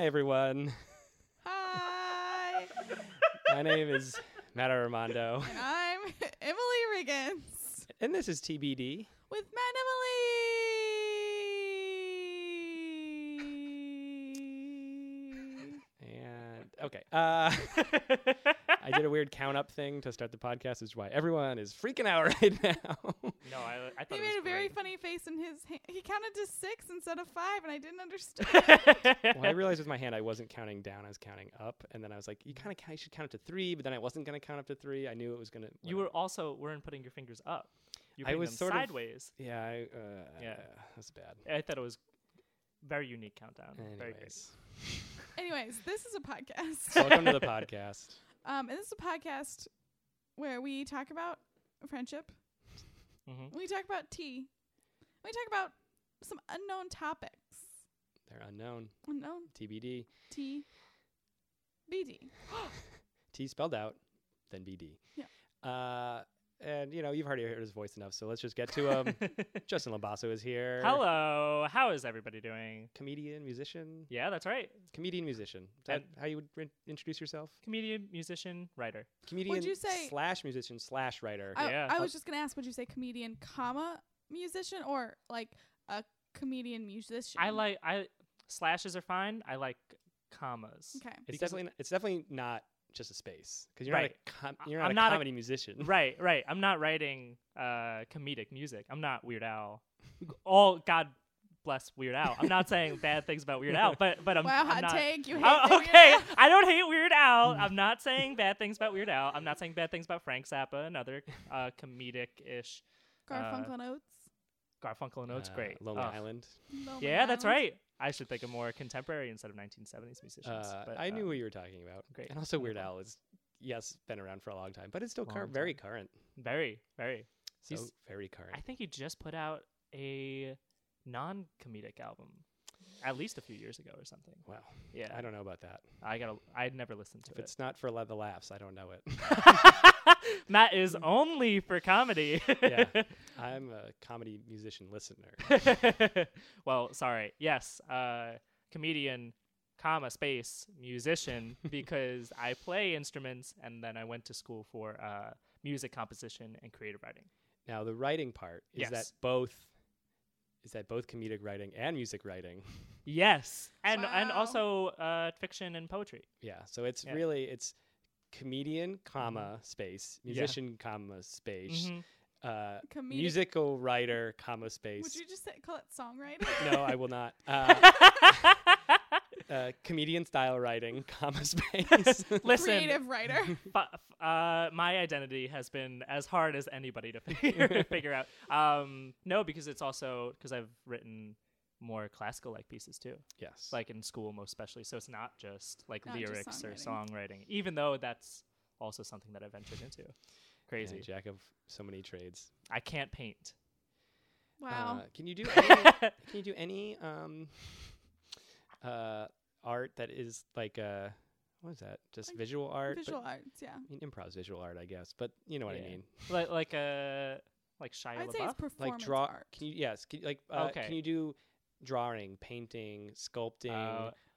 everyone. Hi. My name is Matt Armando, and I'm Emily Riggins and this is TBD. with Matt and Emily. And okay, uh, I did a weird count up thing to start the podcast, which is why everyone is freaking out right now. No, I, I He thought it was made a very great. funny face in his hand. He counted to six instead of five, and I didn't understand. well, I realized with my hand I wasn't counting down; I was counting up, and then I was like, "You kind of you should count up to three, but then I wasn't going to count up to three. I knew it was going to. You were also weren't putting your fingers up. You I putting was them sort of- sideways. yeah, I, uh, yeah. Yeah. That's bad. I thought it was very unique countdown. Very great. Anyways, Anyways, this is a podcast. welcome to the podcast. Um, and this is a podcast where we talk about friendship. Mhm. We talk about tea. We talk about some unknown topics. They're unknown. Unknown TBD. T B D. T spelled out, then BD. Yeah. Uh, and you know you've already heard his voice enough, so let's just get to um, him. Justin Labasso is here. Hello, how is everybody doing? Comedian, musician, Yeah, that's right. comedian, musician. Is that And- how you would rin- introduce yourself? Comedian, musician, writer. Comedian you say- slash musician slash writer. I Yeah. I was just gonna ask, would you say comedian, comma musician, or like a comedian musician? I like I slashes are fine. I like commas. Okay. it's because- definitely n- it's definitely not just a space because you're Right. not a com- I- you're not I'm a not a- comedy musician. Right, right. I'm not writing uh comedic music. I'm not Weird Al. All God bless Weird Al. I'm not saying bad things about Weird Al, but but I'm, Wow, I'm hot not take. You hate Oh, the Weird okay, Al. I don't hate Weird Al. I'm not saying bad things about Weird Al. I'm not saying bad things about Frank Zappa, another uh, comedic-ish Garfunkel Uh, and Oates. Garfunkel and Oates. Uh, great. Lonely Oh. Island. Lonely Yeah, that's Island. right. I should think of more contemporary instead of 1970s musicians. Uh, but, I knew um, what you were talking about. great. And also Weird Wonderful. Al is yes been around for a long time, but it's still Long current, time. very current. very, very. So He's- very current. I think he just put out a non-comedic album, at least a few years ago or something. wow. Yeah, I don't know about that. I gotta. I'd never listened to If it's not for la- the laughs, I don't know it. it. Matt is only for comedy. Yeah. I'm a comedy musician listener. well, sorry. Yes, uh, comedian, comma space musician because I play instruments and then I went to school for uh, music composition and creative writing. Now the writing part is that Yes. both is that both comedic writing and music writing. Yes, and and Wow. also uh, fiction and poetry. Yeah. So it's Yeah. Mm-hmm. really it's comedian, comma space, Yeah. musician, comma space, Mhm. uh, Comedic. musical writer, comma Would space. you just say, call it songwriting? no, I will not. Uh, uh, comedian style writing, comma space. Listen, Creative writer. fu- f- uh, my identity has been as hard as anybody to figure, figure out. Um, no, because it's also because I've written more classical like pieces too. yes. like in school most especially so it's not just like Not just lyrics or songwriting even though that's also something that i ventured into Yeah, crazy jack of so many trades. i can't paint Wow. Uh, can you do any, can you do any um uh art that is like uh what is that? Just Like visual art? but- Visual arts. Yeah. I mean improv is visual art, I guess, but you know what I Yeah. mean. like like uh like shia I'd say LaBeouf? it's performance Like draw art. can you yes, can, like uh, Okay. can you do drawing, painting, sculpting,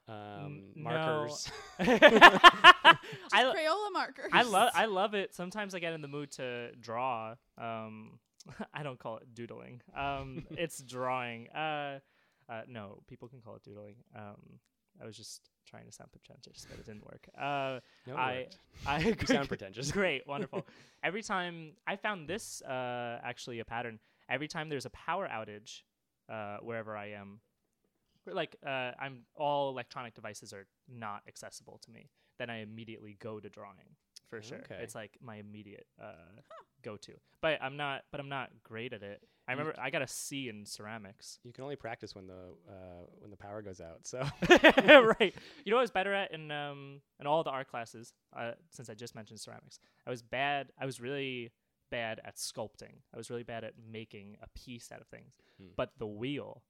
Uh, um n- no. markers? I, lo- Crayola markers. I love I love it. Sometimes I get in the mood to draw. Um, I don't call it doodling. Um, it's drawing. Uh, uh, no, people can call it doodling. Um, I was just trying to sound pretentious, but it didn't work. Uh, No, it I worked. I You sound pretentious. Great, wonderful. Every time I found this uh, actually a pattern. Every time there's a power outage, uh, wherever I am, or, like uh, I'm all electronic devices are not accessible to me. Then I immediately go to drawing for sure. Okay. It's like my immediate uh, go to. But I'm not. But I'm not great at it. I remember I got a C in ceramics. You can only practice when the uh, when the power goes out. So right. You know what I was better at in um in all the art classes, uh, since I just mentioned ceramics. I was bad I was really bad at sculpting. I was really bad at making a piece out of things. Hmm. But the wheel.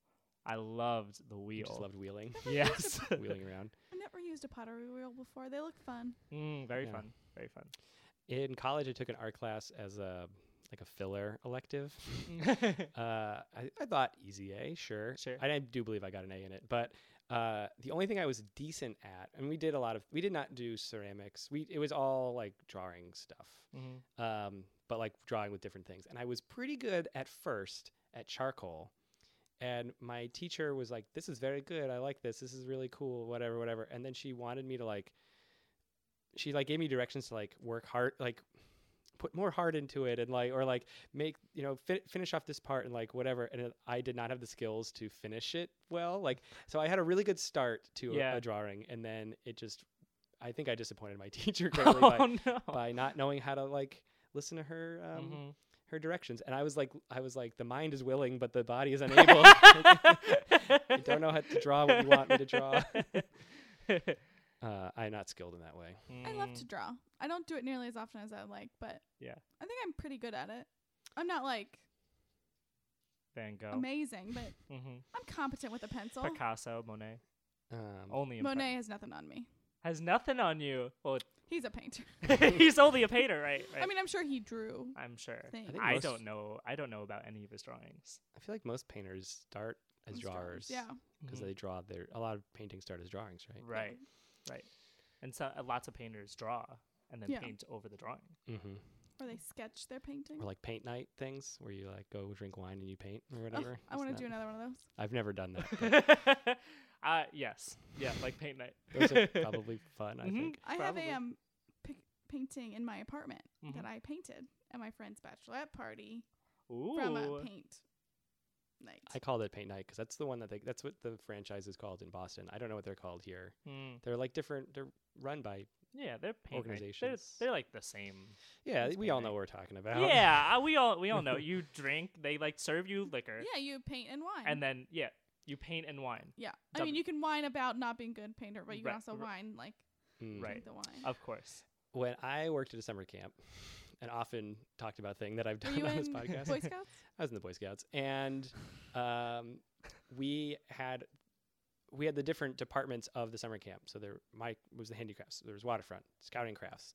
I loved the wheel. you just loved wheeling, yes. wheeling around. I never used a pottery wheel before. They look fun. mm, very Yeah. fun. Very fun. In college, I took an art class as a like a filler elective. Mm-hmm. uh, I, I thought easy A, sure. Sure. And I do believe I got an A in it, but Uh, the only thing I was decent at, and we did a lot of, we did not do ceramics. We it was all like drawing stuff, Mhm. um, but like drawing with different things. And I was pretty good at first at charcoal. And my teacher was like, "This is very good. I like this. This is really cool. Whatever, whatever." And then she wanted me to like, she like gave me directions to like work hard, like put more heart into it, and like or like make you know fi- finish off this part and like whatever. And it, I did not have the skills to finish it well. Like so, I had a really good start to a- Yeah. a, drawing, and then it just, I think I disappointed my teacher greatly by, Oh no. by not knowing how to like listen to her um, Mm-hmm. Mhm. her directions. And I was like, I was like, the mind is willing, but the body Mm-hmm. is unable. I don't know how to draw what you want me to draw. uh, I'm not skilled in that way. I love Mm. to draw. I don't do it nearly as often as I'd like, but Yeah. I think I'm pretty good at it. I'm not like Van Gogh, amazing, but Mhm. I'm competent with a pencil. Picasso, Monet. Oh. Um, Only in Pri- Monet has nothing on me. has nothing on you. Well, He's a painter. he's only a painter, right? right. I mean, I'm sure he drew I'm sure. things. think I most- don't know. I don't know about any of his drawings. I feel like most painters start as He's drawers. Yeah. Mm-hmm. Because Mhm. they draw their a lot of paintings start as drawings, right? Right, right. And so uh, lots of painters draw and then Yeah. paint over the drawing. Mm-hmm. Or they sketch their painting. Or like paint night things where you like go drink wine and you paint or Ugh, whatever. I It's want to not- do another one of those. I've never done that. but uh, yes, yeah, like paint night. Those are probably fun. I Mhm. think. I have Probably. a um, pic- painting in my apartment Mhm. that I painted at my friend's bachelorette party Ooh. from a paint night. I called it paint night because that's the one that they that's what the franchise is called in Boston. I don't know what they're called here. Mm. They're like different. They're run by. Yeah, they're paint night. They're, Organizations. they're like the same. Yeah, It's we paint all know night. what we're talking about. Yeah, uh, we all we all know. You drink. They like serve you liquor, yeah, you paint and wine. and then yeah, you paint and wine. yeah, I dub- mean, you can whine about not being good painter, but you Right, can also right. whine like Mm. Right. drink the wine. Of course. When I worked at a summer camp, and often talked about thing that I've Were done you on in this podcast. Boy Scouts? I was in the Boy Scouts, and um, we had we had the different departments of the summer camp. So there, my was the handicrafts. There was waterfront, scouting crafts,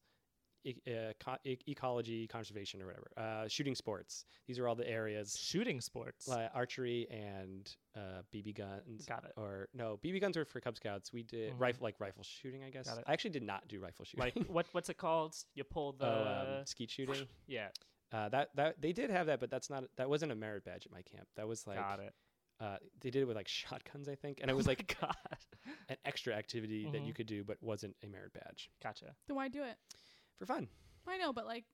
e- uh, co- e- ecology, conservation, or whatever. Uh, shooting sports. These are all the areas Shooting sports. like archery and uh, BB guns. Got it. Or no, BB guns were for Cub Scouts. We did Mhm. rifle like rifle shooting. I guess Got it. I actually did not do rifle shooting. Like what? What's it called? You pull the. um, skeet shooting. yeah. Uh, that that they did have that, but that's not that wasn't a merit badge at my camp. That was like got it. uh, they did it with like shotguns, I think, and it was Oh my like God. an extra activity that you Mhm. could do, but wasn't a merit badge Gotcha. Then why do it? for fun. I know, but like,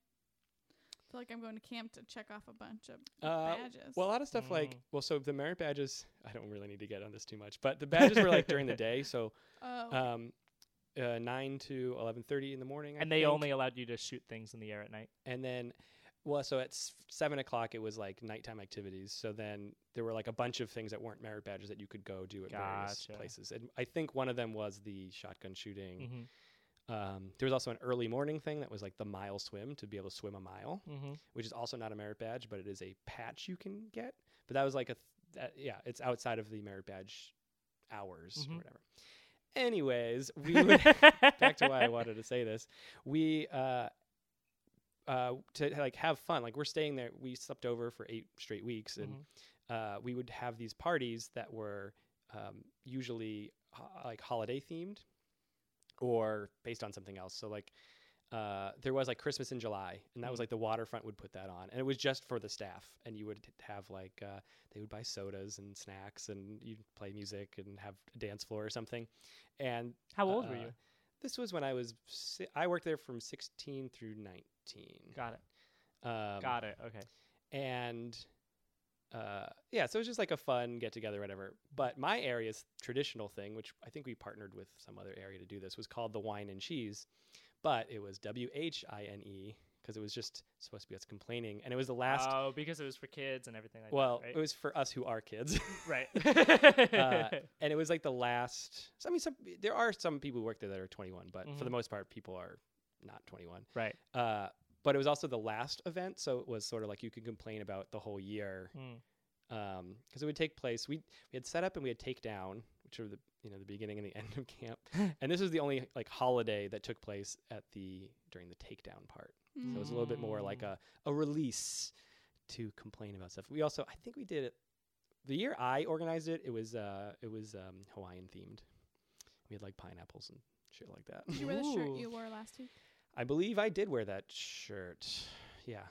I feel like I'm going to camp to check off a bunch of Uh, badges. Well, a lot of stuff like Mm. well, so the merit badges. I don't really need to get on this too much, but the badges were like during the day, so oh, um, uh, nine to eleven thirty in the morning, I And they think. only allowed you to shoot things in the air at night. and then. Well, so at s- seven o'clock, it was like nighttime activities. So then there were like a bunch of things that weren't merit badges that you could go do at various Gotcha. places. And I think one of them was the shotgun shooting. Mm-hmm. Um, there was also an early morning thing that was like the mile swim to be able to swim a mile, Mm-hmm. which is also not a merit badge, but it is a patch you can get. But that was like a, th- that, yeah, it's outside of the merit badge hours Mhm. or whatever. Anyways, we would, back to why I wanted to say this. We, uh, uh, to like have fun, like we're staying there. We slept over for eight straight weeks, and Mm-hmm. uh, we would have these parties that were um, usually ho- like holiday themed or based on something else. So like uh, there was like Christmas in July, and that was Mhm. like the waterfront would put that on, and it was just for the staff. And you would have like uh, they would buy sodas and snacks, and you'd play music and have a dance floor or something. And How old were uh, you? This was when I was si- I worked there from 16 through 19. Got it. Um, Got it. Okay. and uh, yeah, so it was just like a fun get together, whatever. But my area's traditional thing, which I think we partnered with some other area to do this, was called the wine and cheese, but it was W H I N E because it was just supposed to be us complaining, and it was the last. Oh, because it was for kids and everything like well, that. it was for us who are kids, Right. Uh, Right. and it was like the last. So, I mean, some there are some people who work there that are 21, but for the Mhm. most part, people are not 21. right. Uh, but it was also the last event, so it was sort of like you could complain about the whole year Mm. because it would take place. We we had set up and we had take down, which were the you know the beginning and the end of camp. and this was the only like holiday that took place at the during the takedown part. hmm. So it was a little bit more like Mm. a a release to complain about stuff. We also I think we did it the year I organized it, it was uh, it was um, Hawaiian themed. We had like pineapples and shit like that. Did you wear the shirt Ooh. you wore last week? I believe I did wear that shirt. Yeah,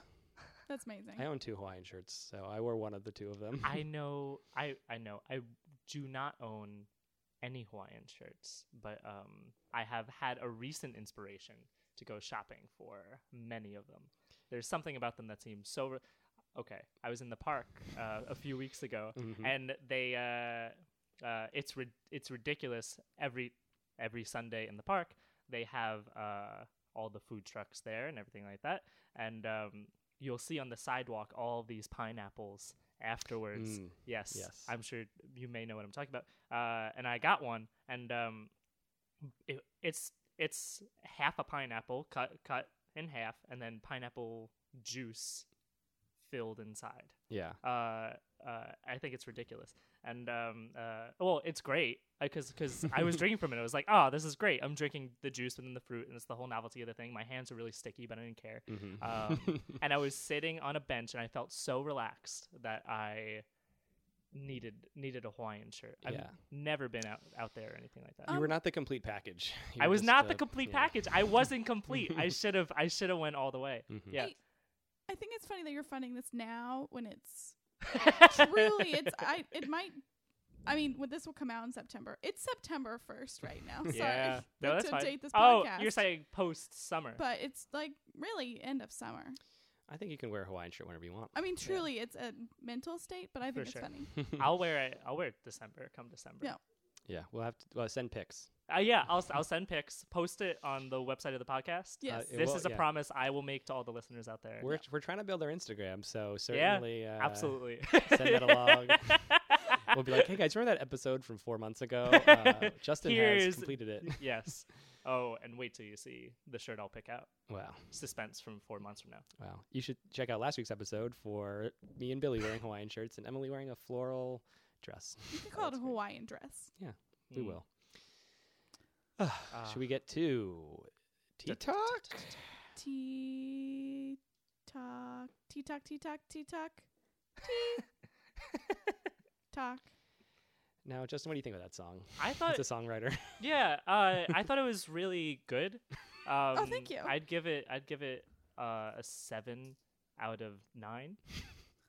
That's amazing. I own two Hawaiian shirts, so I wore one of the two of them. I know. I I know. I do not own any Hawaiian shirts, but um, I have had a recent inspiration to go shopping for many of them. There's something about them that seems so. Re- okay, I was in the park uh, a few weeks ago, Mhm. and they uh, uh, it's rid it's ridiculous every every Sunday in the park they have uh, all the food trucks there and everything like that and um, you'll see on the sidewalk all these pineapples afterwards Mm, yes yes. I'm sure you may know what I'm talking about uh, and I got one and um, it, it's it's half a pineapple cut cut in half and then pineapple juice filled inside yeah. uh, uh, I think it's ridiculous. And um, uh, well, it's great because because I was drinking from it. I was like, oh, this is great. I'm drinking the juice and then the fruit, and it's the whole novelty of the thing. My hands are really sticky, but I didn't care. Mhm. Um, and I was sitting on a bench, and I felt so relaxed that I needed needed a Hawaiian shirt. I've Yeah. never been out out there or anything like that. you were Um, not the complete package. You I were was just, not uh, the complete yeah. package. I wasn't complete. I should have. I should have went all the way. Mhm. Yeah. Hey, I think it's funny that you're funding this now when it's truly it's I it might I mean when this will come out in September. It's September first right now. Sorry. Yeah. No, Like, that's to fine. date this oh, podcast. you're saying post summer. But it's like really end of summer. I think you can wear a Hawaiian shirt whenever you want. I mean truly it's a mental state, but I think For it's sure. funny. I'll wear it. I'll wear it December. Come December. Yeah. yeah, we'll have to uh, send pics. Uh, yeah. I'll s- I'll send pics. Post it on the website of the podcast. Yes. it This will- is a yeah. promise I will make to all the listeners out there. We're, we're trying to build our Instagram, so Yeah, certainly uh, Absolutely. send that along. We'll be like, hey guys, remember that episode from four months ago? Uh, Justin has Here's- completed it. yes. Oh, and wait till you see the shirt I'll pick out. Wow, Suspense from four months from now. wow! You should check out last week's episode for me and Billy wearing Hawaiian shirts and Emily wearing a floral dress. You could call it a that's great. Hawaiian dress. We Mm. will. Ah. Should we get to tea talk? Tea talk tea talk tea talk tea talk talk. Now, Justin, what do you think of that song? I thought. It's a songwriter. Yeah. Uh, I thought it was really good. Um, Oh, thank you. I'd give it. I'd give it uh, a seven out of nine.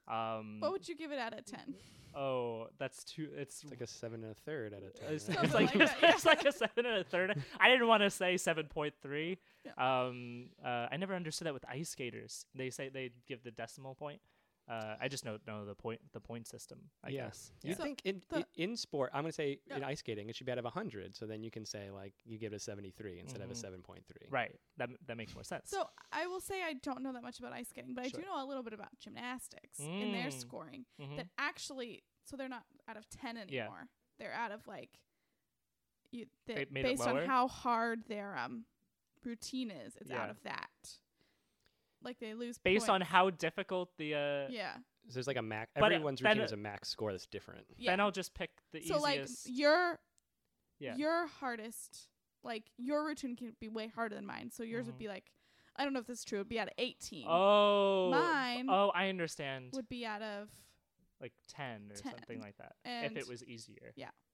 Um, What would you give it out of ten? Oh, that's too. It's It's like a seven and a third at a time. it's, right? Something it's like like that, it's like a seven and a third. I didn't want to say seven point three. Yeah. Um, uh, I never understood that with ice skaters. They say they give the decimal point. Uh, I just don't know the point the point system. I Yeah. guess. You So think in, the- i- in sport, I'm going to say Yeah. in ice skating, it should be out of 100. So then you can say, like, you give it a 73 instead of a Mhm. 7.3. Right. That that makes more sense. So I will say I don't know that much about ice skating, but I Sure. do know a little bit about gymnastics and their Mm. scoring. Mhm. That actually, so they're not out of ten anymore. Yeah. They're out of like, you that It made it based on lower? how hard their um routine is. It's out Yeah. of that. Like they lose Based on points. how difficult the. Uh, yeah So there's like a max. But, uh, Everyone's then, routine uh, is a max score that's different. yeah. Then I'll just pick the so like easiest. your yeah. your hardest like your routine can be way harder than mine. So yours would Mhm. be like I don't know if this is true. It'd be out of eighteen. Oh. Mine Oh, I understand. would be out of Like ten or 10, something like that. and if it was easier.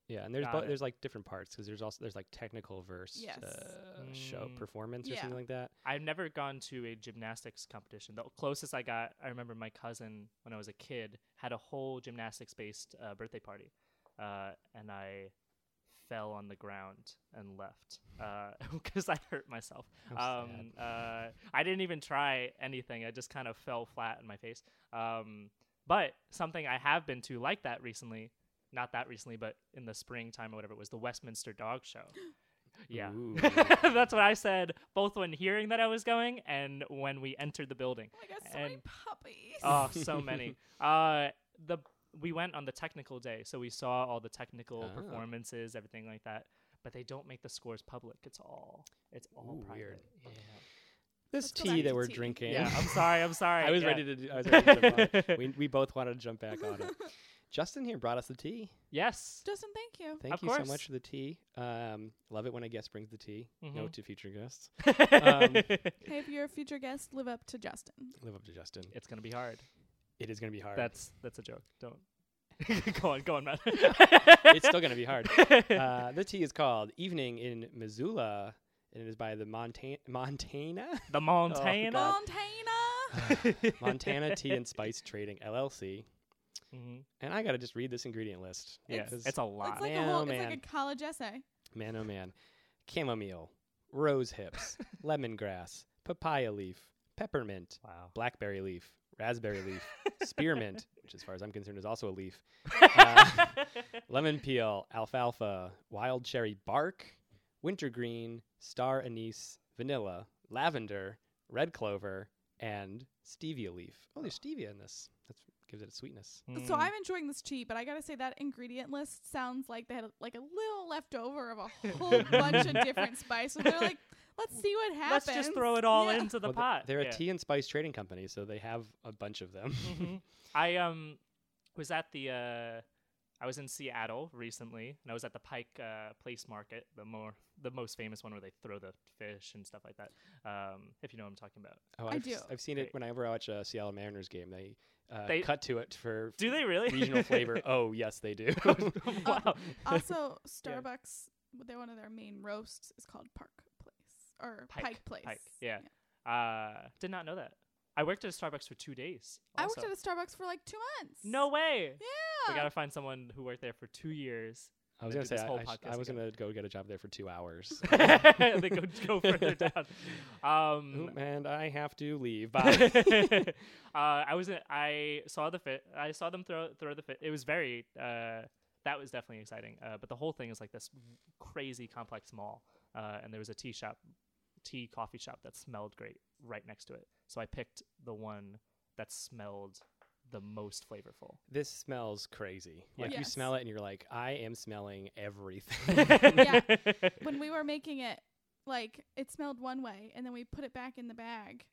Yeah, and there's Got bo- it. there's like different parts because there's also there's like technical versus Yes. uh, show Mm. performance or Yeah. something like that. I've never gone to a gymnastics competition. The closest I got, I remember my cousin when I was a kid had a whole gymnastics based uh, birthday party, uh, and I fell on the ground and left because I hurt myself. How Um, uh, I didn't even try anything. I just kind of fell flat in my face. Um, but something I have been to like that recently, not that recently, but in the springtime or whatever, it was the Westminster Dog Show. yeah. Ooh. That's what I said, both when hearing that I was going and when we entered the building. Oh my god, so many And- puppies. Oh, so many. Uh, the we went on the technical day, so we saw all the technical Ah. performances, everything like that. But they don't make the scores public. It's all it's all Ooh, private. weird. Yeah. This Let's go back tea to that we're tea. drinking. Yeah, I'm sorry. I'm sorry. I was yeah. ready to. Do, I was ready to jump on it. We we both wanted to jump back on it. Justin here brought us the tea. Yes. Justin, thank you. Thank Of you course. so much for the tea. Um, love it when a guest brings the tea. Note to future guests: Um, Hey, if you're a future guest, live up to Justin. live up to Justin. it's gonna be hard. It is going to be hard. That's that's a joke. Don't. go on, go on, Matt. it's still going to be hard. Uh, the tea is called Evening in Missoula, and it is by the Monta- Montana the Montana. God. Montana. Oh, Montana Tea and Spice Trading LLC. Mhm. And I got to just read this ingredient list. Yeah, It's- it's, 'cause a lot. It's like Man, a whole. oh, It's man. like a college essay. man, oh man, chamomile, rose hips, lemongrass, papaya leaf, peppermint, wow. blackberry leaf, raspberry leaf, spearmint, which, as far as I'm concerned, is also a leaf, uh, Mm. lemon peel, alfalfa, wild cherry bark, wintergreen, star anise, vanilla, lavender, red clover, and stevia leaf. Oh, there's stevia in this. That gives it a sweetness. So Mm. I'm enjoying this tea, but I gotta say that ingredient list sounds like they had like a little leftover of a whole bunch of different spices. They're like, let's see what happens. Let's just throw it all Yeah. into the Well, th- pot. They're Yeah. a tea and spice trading company, so they have a bunch of them. Mhm. I um was at the uh I was in Seattle recently and I was at the Pike uh, Place Market, the more the most famous one where they throw the fish and stuff like that. Um if you know what I'm talking about. Oh, I I've, do. s- I've seen it Great. whenever I watch a Seattle Mariners game. They, uh, They- cut to it for Do they really? regional flavor. Oh, yes, they do. wow. Um, also, Starbucks, their one of their main roasts is called Park Place or Pike. Pike, Place. Pike, yeah. Uh did not know that. I worked at a Starbucks for 2 days. I worked also. at a Starbucks for like two months. No way. Yeah. We got to find someone who worked there for 2 years. I was They gonna do say this I, whole I sh- I podcast was again. gonna go get a job there for two hours, they go, go further down. Um, Oop, and I have to leave. uh, Bye. I was in- I saw the fit. I saw them throw throw the fit. It was very uh, that was definitely exciting. Uh, but the whole thing is like this crazy complex mall, uh, and there was a tea shop, tea coffee shop that smelled great right next to it. So I picked the one that smelled the most flavorful. this smells crazy. Like you Yes. smell it and you're like, I am smelling everything. when we were making it, like it smelled one way, and then we put it back in the bag,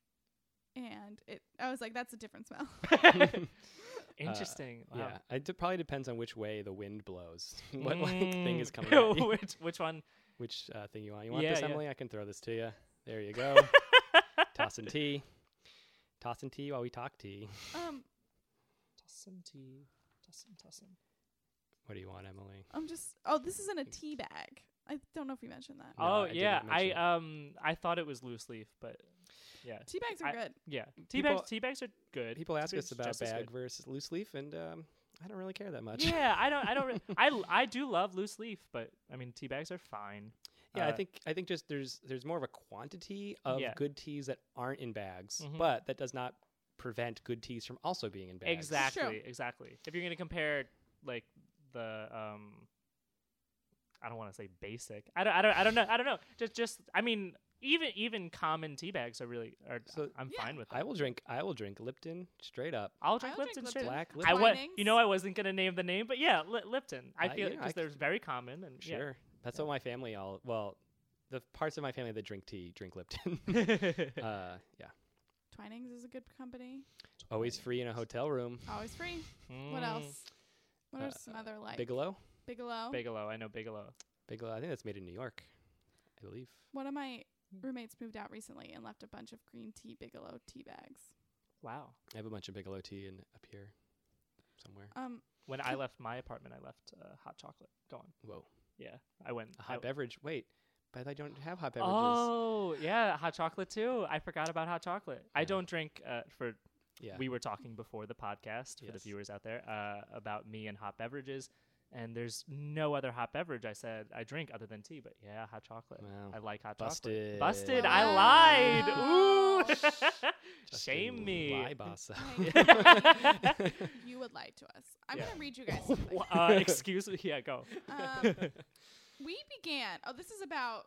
and it. I was like, that's a different smell. Uh, Interesting. wow. Yeah, it de- probably depends on which way the wind blows, what like thing is Mm. coming, at you. which which one? which uh, thing you want. You want Yeah, this, yeah. Emily? I can throw this to you. There you go. Tossing tea, tossing tea while we talk tea. um, Toss him tea. Toss him. Toss him. What do you want, Emily? I'm just. Oh, this is in a tea bag. I don't know if we mentioned that. No, oh I did yeah, not I mention it. um I thought it was loose leaf, but yeah, Tea bags are I- good. yeah. Tea People- bags, tea bags are good. People Tea ask bags us are about just as bag good. versus loose leaf, and um, I don't really care that much. Yeah, I don't, I don't, re- I l- I do love loose leaf, but I mean tea bags are fine. Yeah, I Uh, think I think just there's there's more of a quantity of Yeah. good teas that aren't in bags, Mhm. but that does not prevent good teas from also being in bags. exactly, Sure. exactly. If you're gonna compare like the um, I don't want to say basic. I don't, I don't, I don't know, I don't know. Just, just, I mean, even even common tea bags are really are. So- I'm Yeah. fine with I that. will drink I will drink Lipton straight up. I'll drink I'll drink Lipton Lipton. straight. up. Black I Lipton. was, Twinings. you know, I wasn't gonna name the name, but yeah, Li- Lipton. I Uh, feel yeah, because I c- they're very common and yeah. Sure. That's Yeah. what my family all well, the parts of my family that drink tea drink Lipton. uh, yeah. Twinings is a good company. Always free in a hotel room. Always free. What Mm. else? What Uh, are some other like Bigelow? Bigelow? Bigelow. I know Bigelow. Bigelow, I think that's made in New York. I believe. One of my roommates moved out recently and left a bunch of green tea Bigelow tea bags. Wow. I have a bunch of Bigelow tea in up here somewhere. Um, When I left my apartment, I left uh, hot chocolate. Go on. Whoa. Yeah, I went. A I hot w- beverage. Wait. But I don't have hot beverages. Oh yeah, hot chocolate too. I forgot about hot chocolate. I Yeah. don't drink. Uh, for yeah. we were talking before the podcast for the Yes. viewers out there uh, about me and hot beverages, and there's no other hot beverage I said I drink other than tea. But yeah, hot chocolate. Wow. I like hot Busted. chocolate. Busted. Wow. I lied. Ooh. Just Shame didn't me. lie, boss. Like- you would lie to us. I'm Yeah. gonna read you guys something. uh, excuse me. Yeah, go. um, we began. Oh, this is about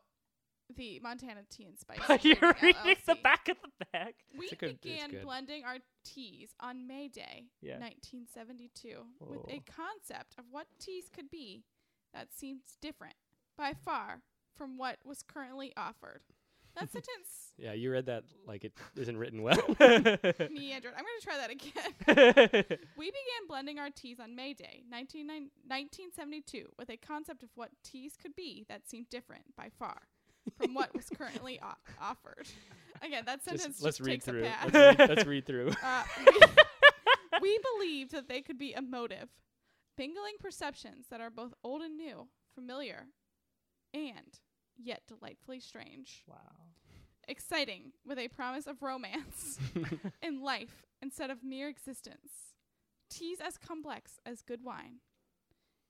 the Montana Tea and Spice. You're Trading reading the LLC. back of the bag. We It's a good- it's began good. blending our teas on May Day, Yeah. Oh. 1972, with a Whoa. concept of what teas could be that seems different by far from what was currently offered. That sentence, yeah, you read that like it isn't written well. me, Andrew, I'm going to try that again. We began blending our teas on May Day, 19, 1972, with a concept of what teas could be that seemed different by far from what was currently o- offered. Again, Just- that sentence just let's read takes a through. pass. Let's read, let's read through. Uh, we, we believed that they could be emotive, Bingling perceptions that are both old and new, familiar, and yet delightfully strange. Wow. Exciting, with a promise of romance and life instead of mere existence. Teas as complex as good wine,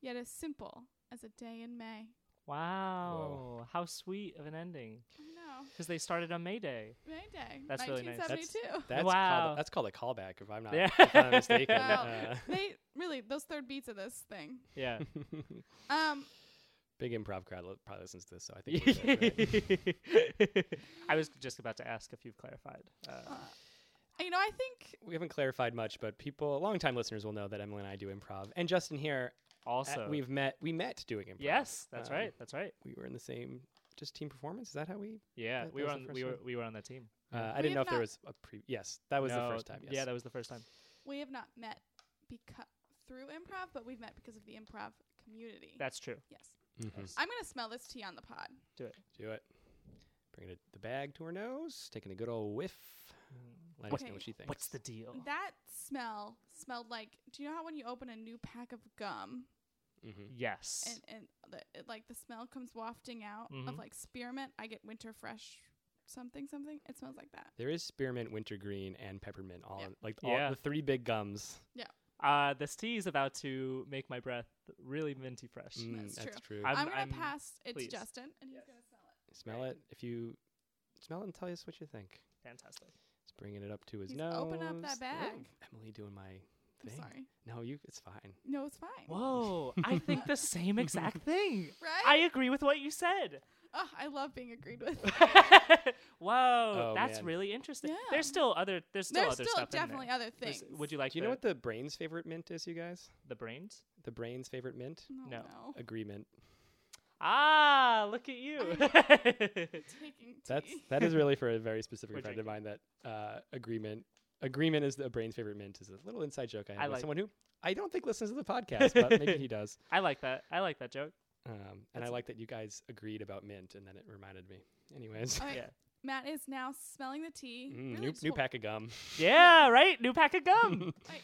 yet as simple as a day in May. Wow. How sweet of an ending. Oh, No, Because they started on May Day. May Day, That's really nice. That's- 1972. That's Wow. called, that's called a callback, if I'm not, Yeah. if I'm not mistaken. Wow. Uh, they really those third beats of this thing. Yeah. Um, big improv crowd li- probably listens to this, so I think. we're good, right? I was just about to ask if you've clarified. Uh, uh, you know, I think we haven't clarified much, but people, long-time listeners, will know that Emily and I do improv, and Justin here. at- also, we've met. We met doing improv. yes, that's Um, right. That's right. We were in the same just team performance. Is that how we? Yeah, that we were was the on first we were one? we were on that team. Uh, I We didn't know have if there not- was a pre. Yes, that was the Mm-hmm. No, first time. Yes. Yeah, that was the first time. we have not met because through improv, but we've met because of the improv community. That's true. yes. Mm-hmm. Mhm. I'm gonna smell this tea on the pod. Do it. Bring it the bag to her nose, taking a good old whiff. Let us know Okay. what she thinks. What's the deal? That smell smelled like. Do you know how when you open a new pack of gum Mm-hmm. Mhm. Yes. and and the, it, like the smell comes wafting out Mhm. of like spearmint? I get winter fresh something something. It smells like that. There is spearmint, wintergreen, and peppermint. All Yeah. in, like all Yeah. the three big gums. uh, this tea is about to make my breath really minty fresh. Mm, That's that's true. I'm, I'm- gonna I'm- pass it please. to Justin, and he's Yes. gonna smell it. Smell it. If you smell it, and tell us what you think. Fantastic. He's bringing it up to his He's nose. open up that Ooh, bag. Emily doing my I'm thing. sorry. No, you. It's fine. No, it's fine. Whoa! I think the same exact thing. Right? I agree with what you said. Ugh, I love being agreed with. Whoa, Oh, that's man. really interesting. Yeah. There's still other. There's still There's other still stuff definitely in there. other There's- things. Would you like? Do you the, know what the brain's favorite mint is, you guys? the brains? The brain's favorite mint? no, Oh, No. no. Agreement. Ah, look at you. Taking tea. That's that is really for a very specific We're friend of mine. That uh, agreement. Agreement is the brain's favorite mint. Is a little inside joke I have I with like- someone who I don't think listens to the podcast, but maybe he does. I like that. I like that joke. Um, and I That's- like that you guys agreed about mint, and then it reminded me. Anyways, All right, Yeah. Matt is now smelling the tea. Mm, Really new just new wa- pack of gum. Yeah, right. New pack of gum. Right.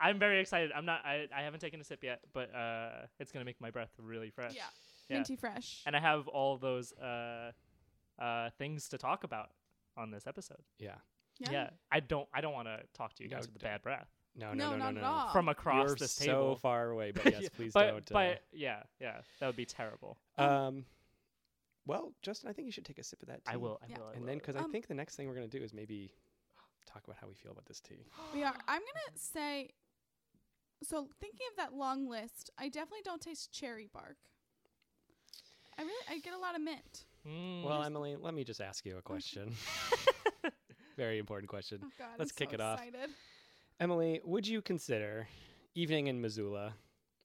I'm very excited. I'm not. I, I haven't taken a sip yet, but uh, it's gonna make my breath really fresh. Yeah. Yeah. Minty fresh. And I have all those uh, uh, things to talk about on this episode. Yeah. yeah. I don't. I don't want to talk to you No, guys with the don't. bad breath No, no, no, No, no, not no. at all. from across You're this so table. far away, but yes, Yeah, please but don't. uh, but yeah, yeah, that would be terrible. Um, well, Justin, I think you should take a sip of that. Tea. I will. Uh, I Yeah. will. I Mm. And will, then, I because Um, I think the next thing we're gonna do is maybe talk about how we feel about this tea. We are. I'm gonna say. So thinking of that long list, I definitely don't taste cherry bark. I really, I get a lot of mint. will. Mm. Well, Emily, let me just ask Mm-hmm. you a question. Very important question. Mm. Oh God, Let's I'm kick so it off. Excited. Emily, would you consider evening in Missoula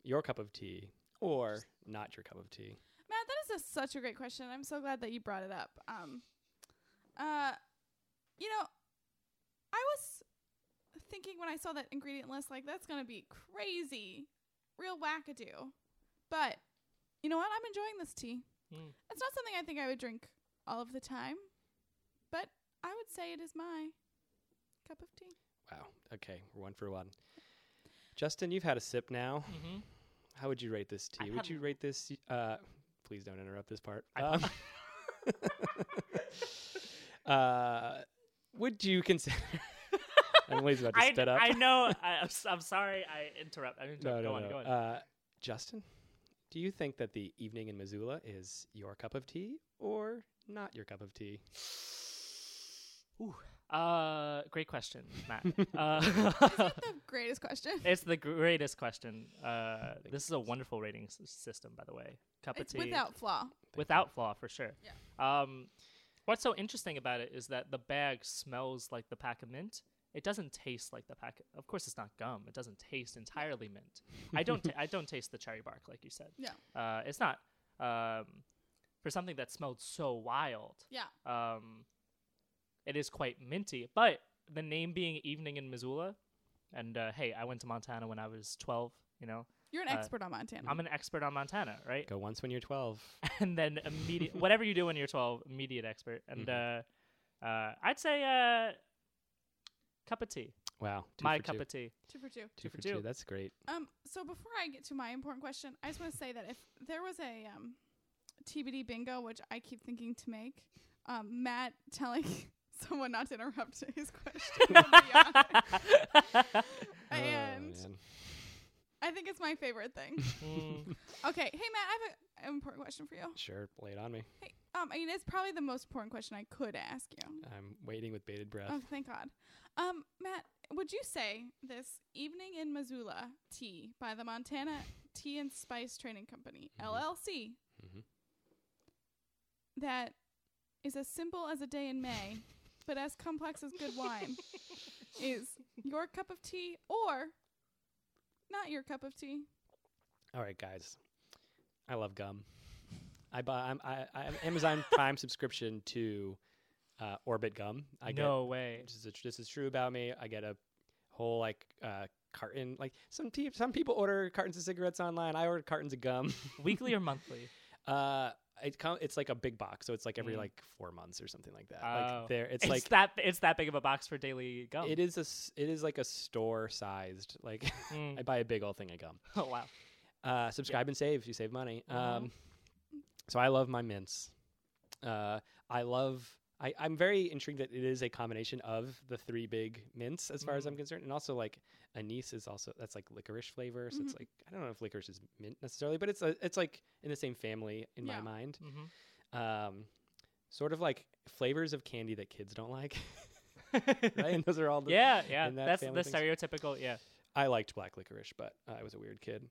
your cup of tea or not your cup of tea? Matt, that is a, such a great question. I'm so glad that you brought it up. Um, uh, you know, I was thinking when I saw that ingredient list, like that's gonna be crazy, real wackadoo. But you know what? I'm enjoying this tea. Mm. It's not something I think I would drink all of the time, but I would say it is my cup of tea. Wow. Okay, we're one for one. Justin, you've had a sip now. Mhm. How would you rate this tea? I've would had- you rate this? Uh, please don't interrupt this part. I Um, uh, would you consider? Emily's about to I, spit up. I know. I, I'm, s- I'm sorry. I interrupt. I interrupt. no, go no, on. no. Go on. Uh, Justin, do you think that the evening in Missoula is your cup of tea or not your cup of tea? Uh, great question, Matt. Is uh, that the greatest question? it's the greatest question. Uh, Thank this is a wonderful rating s- system, by the way. Cup It's of tea without flaw. Thank you. without flaw, for sure. Yeah. Um, what's so interesting about it is that the bag smells like the pack of mint. It doesn't taste like the pack. Of course, it's not gum. It doesn't taste entirely mint. I don't. I I don't taste the cherry bark, like you said. Yeah. Uh, it's not. Um, for something that smelled so wild. Yeah. Um, it is quite minty, but the name being evening in Missoula, and uh, hey, I went to Montana when I was twelve. You know, You're an Uh, expert on Montana. Mm-hmm. I'm an expert on Montana, right? Go once when you're 12. and then immediate whatever you do when you're 12 Mm-hmm. immediate expert and uh, uh, i'd say uh, cup of tea Wow. two My for cup two. of tea. Two for two. two two for for two. two. That's great. Um, so before I get to my important question, I just want to say that if there was a um, TBD bingo, which I keep thinking to make, um, Matt telling someone not to interrupt his question, would be Oh, on. and man. I think it's my favorite thing. Mm. Okay, hey Matt, I have a, an important question for you. sure, lay it on me. Hey, um, I mean it's probably the most important question I could ask you. I'm waiting with bated breath. Oh, thank God. Um, Matt, would you say this evening in Missoula tea by the Montana Tea and Spice Trading Company Mm-hmm. Mhm. LLC Mhm. that is as simple as a day in May, but as complex as good wine is your cup of tea or not your cup of tea? All right, guys. I love gum. I buy. I'm, I, I have an Amazon Prime subscription to uh, Orbit Gum. I get no way. this is, a, tr- this is true about me. I get a whole like uh, carton. Like some te- some people order cartons of cigarettes online. I ordered cartons of gum. Weekly or monthly? Uh, it com- it's like a big box, so it's like every Mm. like four months or something like that. Oh. Like there, it's, It's, like that. It's that big of a box for daily gum. it is a s- it is like a store sized. Like Mm. I buy a big old thing of gum. Oh wow. Uh, subscribe and save. You save money. Mhm. Um, so I love my mints. Uh, I love. I, I'm very intrigued that it is a combination of the three big mints, as far as I'm concerned, and also like anise is also that's like licorice flavor. So it's like I don't know if licorice is mint necessarily, but it's a, it's like in the same family in Yeah. my mind. Mm-hmm. Um, sort of like flavors of candy that kids don't like. right? And those are all. The, yeah, yeah. in that That's the family things. stereotypical. Yeah. I liked black licorice, but I was a weird kid.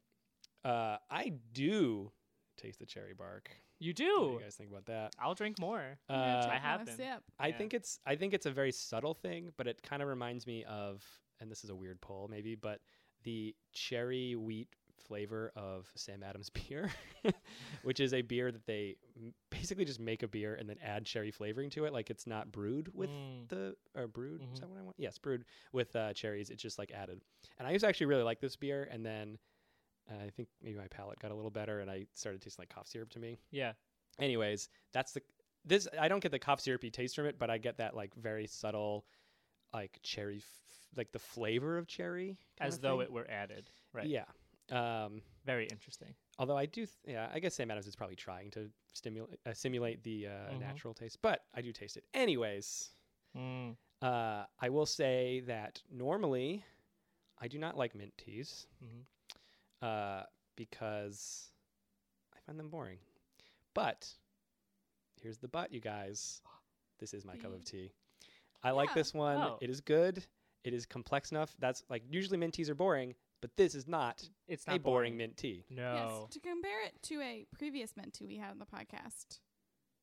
Uh, I do taste the cherry bark. You What do do. you guys think about that? I'll drink more. I'm gonna Uh, take I have another been. sip. I yeah. think it's I think it's a very subtle thing, but it kind of reminds me of, and this is a weird pull maybe, but the cherry wheat flavor of Sam Adams beer, which is a beer that they m- basically just make a beer and then add cherry flavoring to it. Like it's not brewed with Mm. the or brewed is Mhm. that what I want? Yes, brewed with uh, cherries. It's just like added. And I used to actually really like this beer, and then uh, I think maybe my palate got a little better, and I started tasting like cough syrup to me. Yeah. Anyways, that's the this. I don't get the cough syrupy taste from it, but I get that like very subtle, like cherry, f- like the flavor of cherry, kind As of though thing. it were added. Right. Yeah. Um, Very interesting. although I do, th- yeah, I guess Sam Adams is probably trying to stimulate uh, simulate the uh, Mhm. natural taste, but I do taste it. Anyways, Mm. uh, I will say that normally I do not like mint teas Mhm. uh, because I find them boring. But here's the but, you guys. This is my cup of Mm. tea. I like Yeah. this one. Oh. It is good. It is complex enough. That's like usually mint teas are boring, but this is not, It's a not boring, mint tea. No. Yes, to compare it to a previous mentee we had on the podcast,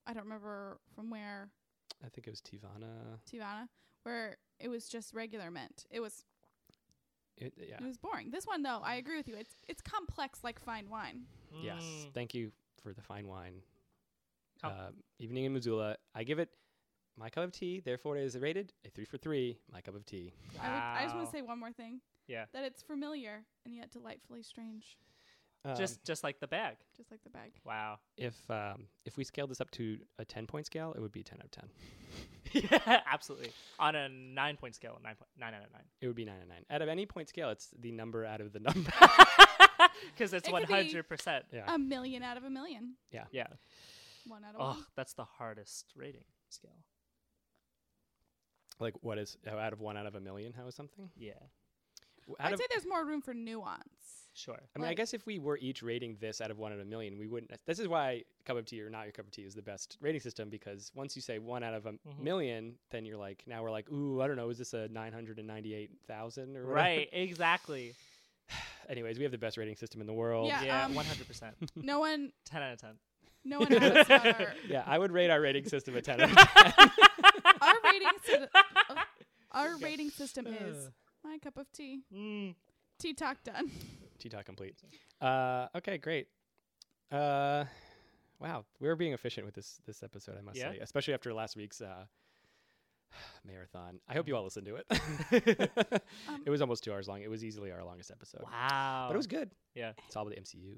I don't remember from where, I think it was Tivana. Tivana, where it was just regular mint. It was It, yeah. it was boring. This one though, I agree with you. It's it's complex like fine wine. Yes. Mm. Thank you for the fine wine. Com- Uh, evening in Missoula. I give it my cup of tea. Therefore, it is rated a three for three. My cup of tea. I, would, I just want Wow. to say one more thing. Yeah. That it's familiar and yet delightfully strange, Um, just just like the bag. just like the bag. Wow. if um, if we scaled this up to a ten point scale, it would be ten out of ten. yeah, absolutely. On a nine point scale, nine point nine out of nine. It would be nine out of nine. Out of any point scale, it's the number out of the number. Because it's It one could be- hundred percent. yeah. A million out of a million. Yeah. One out of Oh, one. that's the hardest rating scale. like what is oh, out of one out of a million? How is something? Yeah. W- Out I'd of say there's more room for nuance. Sure. I mean, I like- guess if we were each rating this out of one out of a million, we wouldn't. This is why cup of tea or not your cup of tea is the best rating system because once you say one out of a Mm-hmm. Mhm. million, then you're like, now we're like, ooh, I don't know, is this a 998,000 or whatever? Right. Exactly. Anyways, we have the best rating system in the world. Yeah, yeah. um, One hundred percent. No one, Ten out of ten. no one asked about our, Yeah, I would rate our rating system a 10 out of 10. our rating. sys- uh, our rating system is my cup of tea. Mm. Tea talk done. Tea Talk complete. Uh, okay, great. Uh, wow, we were being efficient with this this episode, I must Yeah. say, especially after last week's uh, marathon. I hope you all listened to it. Um, it was almost two hours long. It was easily our longest episode, Wow. but it was good. Yeah. It's all about the MCU.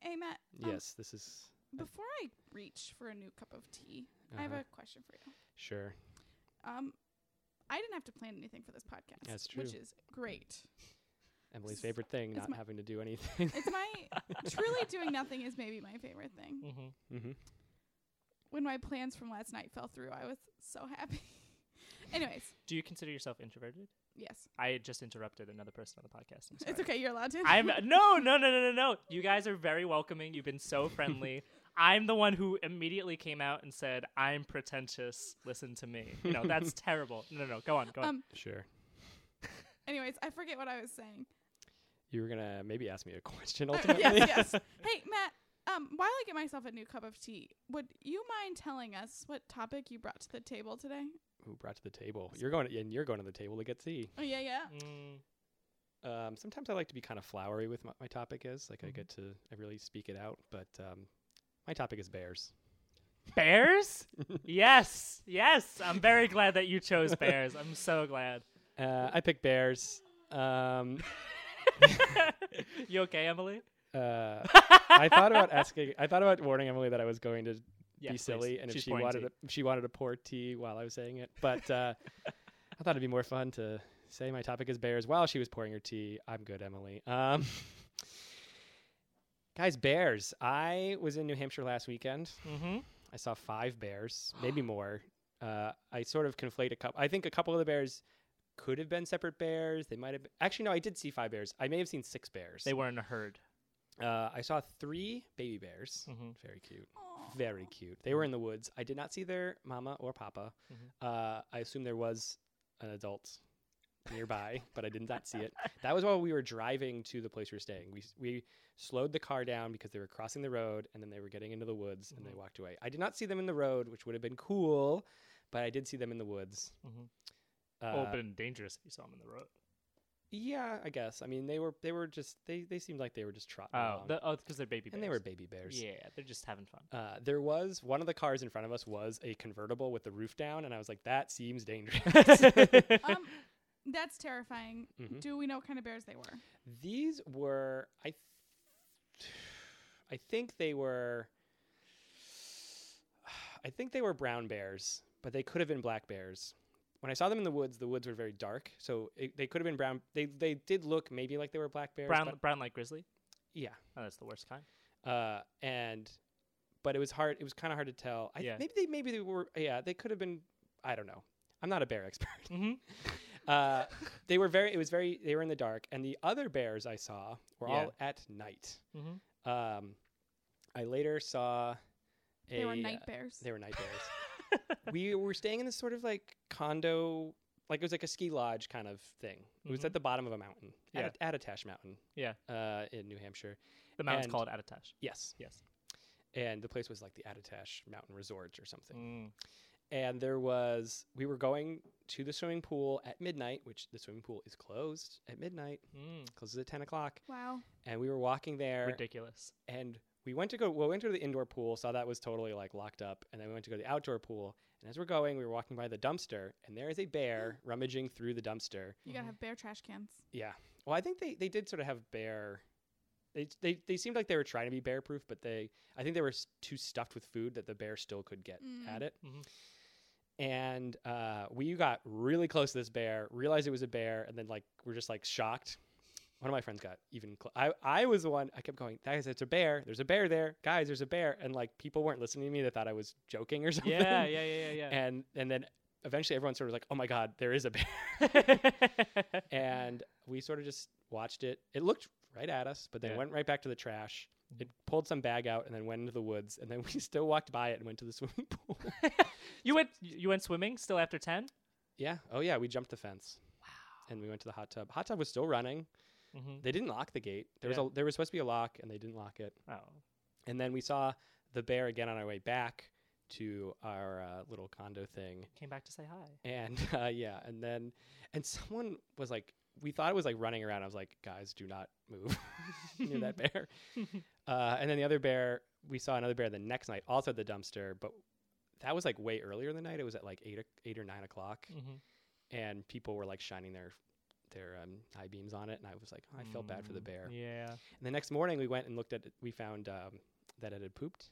Hey Matt. um, yes, this is Before I reach for a new cup of tea, I have uh-huh, a question for you. sure. Um, I didn't have to plan anything for this podcast. That's Which true. is great. Emily's favorite thing, It's not my- having to do anything. It's my truly doing nothing is maybe my favorite thing. Mm-hmm. hmm When my plans from last night fell through, I was so happy. Anyways, Do you consider yourself introverted? yes. I just interrupted another person on the podcast. I'm sorry. It's okay, you're allowed to. uh, I'm no, no, no, no, no, no. You guys are very welcoming. You've been so friendly. I'm the one who immediately came out and said, "I'm pretentious. Listen to me." You know that's terrible. No, no, no. Go on, go on. Um, Sure. Anyways, I forget what I was saying. You were gonna maybe ask me a question Uh, ultimately. yes, yes. Hey, Matt, um, while I get myself a new cup of tea, would you mind telling us what topic you brought to the table today? Who brought to the table? You're going and you're going to the table to get tea. Oh, yeah, yeah. Mm, Um, sometimes I like to be kind of flowery with what my topic is. Like I Mm-hmm. Mhm. get to I really speak it out, but um, my topic is bears. bears? yes, yes. I'm very glad that you chose bears. I'm so glad. Uh, I pick bears. Um, you okay, Emily? uh, I thought about asking. I thought about warning Emily that I was going to Yes, be please. silly, and She's if she pouring wanted tea. to, if she wanted to pour tea while I was saying it, but uh, I thought it'd be more fun to say my topic is bears while she was pouring her tea. I'm good, Emily. Um, guys, bears. I was in New Hampshire last weekend. Mm-hmm. I saw five bears, maybe more. Uh, I sort of conflate a couple. I think a couple of the bears could have been separate bears. They might have been- actually no. I did see five bears. I may have seen six bears. They were in a herd. Uh, I saw three baby bears. Mm-hmm. Very cute. Aw. Very cute. They were in the woods. I did not see their mama or papa. Mhm. Uh, I assume there was an adult nearby, but I did not see it. That was while we were driving to the place we were staying. We s- we slowed the car down because they were crossing the road, and then they were getting into the woods, and they Mhm. walked away. I did not see them in the road, which would have been cool, but I did see them in the woods. Mhm. Uh, been dangerous if you saw them in the road. yeah, I guess. I mean, they were they were just they they seemed like they were just trotting Oh, along, the, oh, because they're baby bears. and they were baby bears. Yeah, they're just having fun. Uh, there was one of the cars in front of us was a convertible with the roof down, and I was like, "That seems dangerous." um, that's terrifying. Mhm. Do we know what kind of bears they were? These were, I, th- I think they were, I think they were brown bears, but they could have been black bears. When I saw them in the woods, the woods were very dark, so it, they could have been brown. They they did look maybe like they were black bears. brown, but- brown like grizzly. yeah. Oh, that's the worst kind. uh, and but it was hard. It was kind of hard to tell. I, Yeah. Maybe they maybe they were. Yeah, they could have been. I don't know. I'm not a bear expert. Mm-hmm. Uh, they were very. It was very. They were in the dark, and the other bears I saw were Yeah. all at night. Mm-hmm. Um, I later saw. A, They were uh, night bears. They were night bears. we were staying in this sort of like condo, like it was like a ski lodge kind of thing. It was Mhm. at the bottom of a mountain, Yeah. at, at Attitash Mountain. Yeah. Uh, in New Hampshire. The mountain's And- called Adatash. Yes. Yes. and the place was like the Attitash Mountain Resort or something. Mm. And there was we were going to the swimming pool at midnight, which the swimming pool is closed at midnight, Mm. closes at ten o'clock. wow. And we were walking there, Ridiculous. and we went to go. Well, we went to the indoor pool, saw that was totally like locked up, and then we went to go to the outdoor pool. And as we're going, we were walking by the dumpster, and there is a bear rummaging through the dumpster. You gotta Mhm. have bear trash cans. Yeah. Well, I think they, they did sort of have bear. They, they they seemed like they were trying to be bear proof, but they I think they were s- too stuffed with food that the bear still could get Mm. at it. Mhm. And uh, we got really close to this bear, realized it was a bear, and then like we're just like shocked. One of my friends got even. Cl- I I was the one. I kept going, guys, it's a bear. There's a bear there, guys. There's a bear, and like people weren't listening to me. They thought I was joking or something. Yeah, yeah, yeah, yeah. yeah. And and then eventually everyone sort of was like, oh my god, there is a bear and we sort of just watched it. It looked right at us, but then Yeah. went right back to the trash. Mhm. It pulled some bag out and then went into the woods, and then we still walked by it and went to the swimming pool. you went you went swimming still after ten? yeah. Oh yeah, we jumped the fence. And we went to the hot tub. Hot tub was still running. Mm-hmm. They didn't lock the gate. There Yeah. was a, there was supposed to be a lock, and they didn't lock it. Oh. And then we saw the bear again on our way back to our uh, little condo thing. Came back to say hi. And uh, yeah, and then and someone was like, we thought it was like running around. I was like, guys, do not move near that bear. Uh, and then the other bear, we saw another bear the next night, also at the dumpster, but that was like way earlier in the night. It was at like eight, o- eight or nine o'clock, Mm-hmm. and people were like shining their their um, high beams on it, and I was like, oh, I Mm, felt bad for the bear. Mm-hmm. Yeah. And the next morning, we went and looked at. it. We found um, that it had pooped,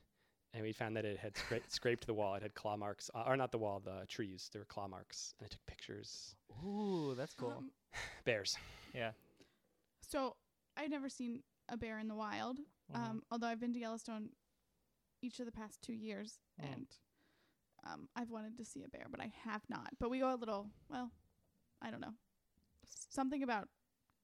and we found that it had scra- scraped the wall. It had claw marks, uh, or not the wall, the trees. There were claw marks, and I took pictures. Ooh, that's cool. Um, Bears. so I've never seen a bear in the wild. Mhm. Uh-huh. Um, although I've been to Yellowstone each of the past two years, Mm. Uh-huh. and um, I've wanted to see a bear, but I have not. But we go a little, well, I don't know, something about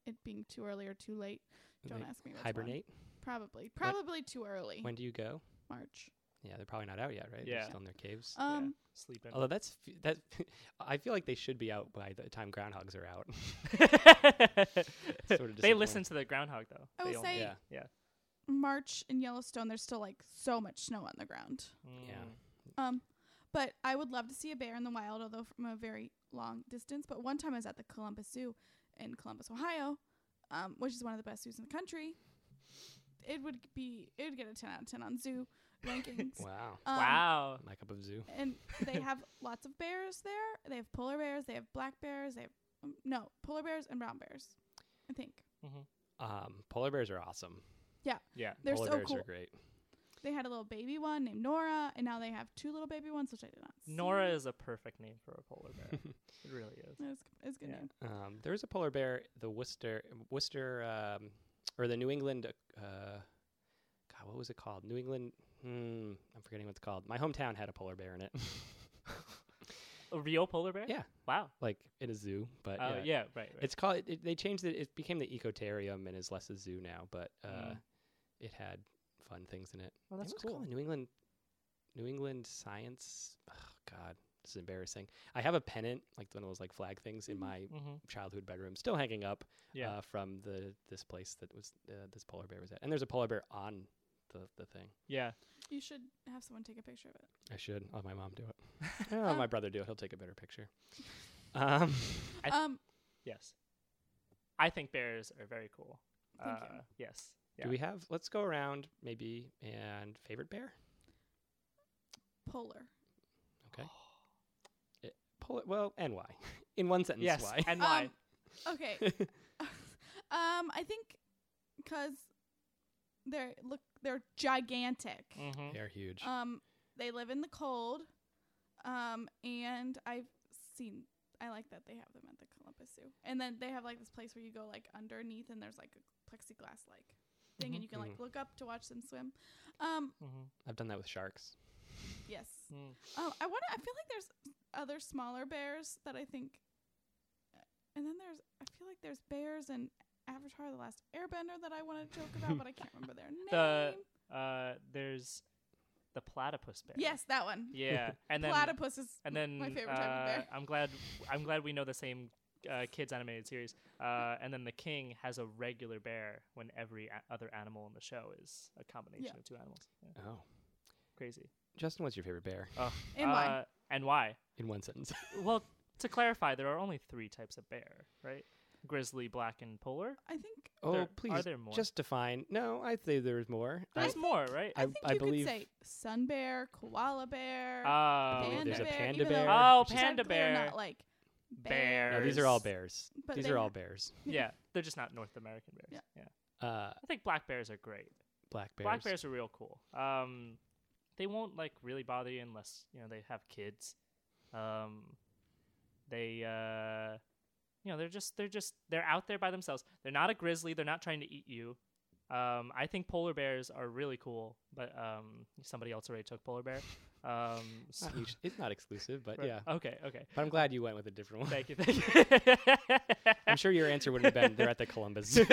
it being too early or too late. Don't Like, ask me. Which one. hibernate. Probably, probably too early. When do you go? March. Yeah, they're probably not out yet, right? They're Yeah. still in their caves. Yeah, Um, sleeping. Although that's f- that, I feel like they should be out by the time groundhogs are out. Sorta they disappointing. listen to the groundhog though. I They will only- say- yeah, March in Yellowstone, there's still like so much snow on the ground. Yeah. Mm. Um, but I would love to see a bear in the wild, although from a very long distance. But one time I was at the Columbus Zoo in Columbus, Ohio, um, which is one of the best zoos in the country. It would be it would get a ten out of ten on zoo rankings. wow, Um, wow. my cup of zoo. And they have lots of bears there. They have polar bears. They have black bears. They have um, no polar bears and brown bears. I think Um, polar bears are awesome. Yeah. they're polar so bears cool. are great. They had a little baby one named Nora, and now they have two little baby ones, which I did not. see. Nora is a perfect name for a polar bear. it really is. It was, it was a good Yeah. name. Um, there was a polar bear, the Worcester, Worcester, um, or the New England. Uh, God, what was it called? New England. Hmm, I'm forgetting what it's called. My hometown had a polar bear in it, A real polar bear? Yeah. Wow. like in a zoo. But Uh, yeah, yeah. Right. Right. it's called. It, they changed it. It became the Ecotarium and is less a zoo now. But uh, Mm. it had fun things in it. well, that's it was cool. called the New England, New England Science. Oh God, this is embarrassing. I have a pennant, like one of those like flag things, in Mhm. my Mm-hmm. childhood bedroom, still hanging up. Yeah. uh, from the this place that was uh, this polar bear was at. And there's a polar bear on the, the thing. yeah. You should have someone take a picture of it. I should. I'll have my mom do it. I'll have my brother do it. He'll take a better picture. Um, I- um, Yes. I think bears are very cool. Thank uh, you. Yes. Do Yeah. we have? Let's go around maybe and favorite bear. polar. Polar, well, and why? In one sentence, Yes. why? And why? Um, okay. um, I think because they're look they're gigantic. mm-hmm. They're huge. Um, they live in the cold. Um, and I've seen. I like that they have them at the Columbus Zoo, and then they have like this place where you go like underneath, and there's like a plexiglass like thing, and you can like Mhm. look up to watch them swim. Um, Mm-hmm. I've done that with sharks. yes. Mm. Um, I want. I feel like there's other smaller bears that I think, and then there's. I feel like there's bears in Avatar: The Last Airbender that I want to joke about, but I can't remember their name. The- Uh, there's the platypus bear. yes, that one. Yeah. And then Platypus is and then my favorite uh, type of bear. I'm glad I'm glad we know the same uh, kids animated series. Uh, and then the king has a regular bear when every a- other animal in the show is a combination of two animals. Yeah, Oh, crazy. Justin, what's your favorite bear? Oh, And why? uh, And why? In one sentence. Well, to clarify, there are only three types of bear, right? Grizzly, black, and polar. I think. Oh, There- please. Are there more? Just define. No, I say there's more. I- There's more, right? I, I- think I you believe- could say sun bear, koala bear, Oh, believe panda there's a bear. panda even though bear. Oh, which is panda technically are bear. Not like Bear. no, these are all bears. But these they are ha- all bears. yeah, they're just not North American bears. Yeah. Yeah, Uh, I think black bears are great. black bears. Black bears are real cool. Um, they won't like really bother you unless you know they have kids. Um, they uh, you know they're just they're just they're out there by themselves. They're not a grizzly. They're not trying to eat you. Um, I think polar bears are really cool, but um, somebody else already took polar bear. Um, so- Not each- it's not exclusive, but right. yeah. Okay. Okay. But I'm glad you went with a different one. Thank you. Thank you. I'm sure your answer would have been they're at the Columbus. Zoo."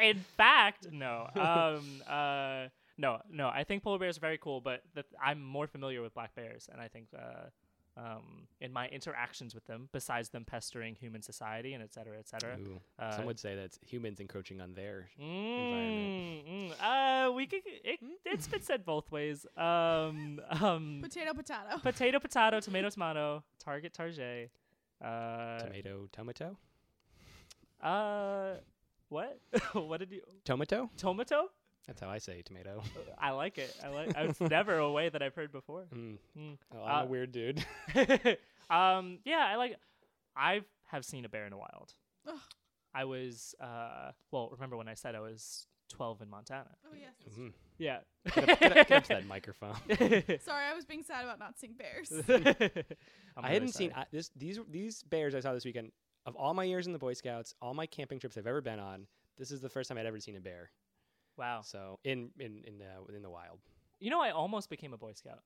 In fact, no. Um, uh, no, no. I think polar bears are very cool, but the, I'm more familiar with black bears, and I think uh, um, in my interactions with them, besides them pestering human society and et cetera, et cetera. Ooh, Uh, some would say that's humans encroaching on their. Mm, mm, uh, we could. It, it's been said both ways. Um, um, potato, potato. potato, potato, tomato, tomato. Target, target. Uh, Tomato, tomato, uh, what? what did you? tomato. Tomato? That's how I say tomato. I like it. I like. It's never a way that I've heard before. Mm. Mm. Oh, I'm Uh, a weird dude. um, yeah, I like. I have seen a bear in the wild. Ugh. I was uh, well. Remember when I said I was 12 in Montana. Oh yes. Mm-hmm. Mhm. Yeah. Get, up, get, up, get up to that microphone. Sorry, I was being sad about not seeing bears. I'm I really hadn't seen sorry. I, this. These these bears I saw this weekend. Of all my years in the Boy Scouts, all my camping trips I've ever been on, this is the first time I'd ever seen a bear. Wow. So in in in uh, in the wild. You know, I almost became a Boy Scout.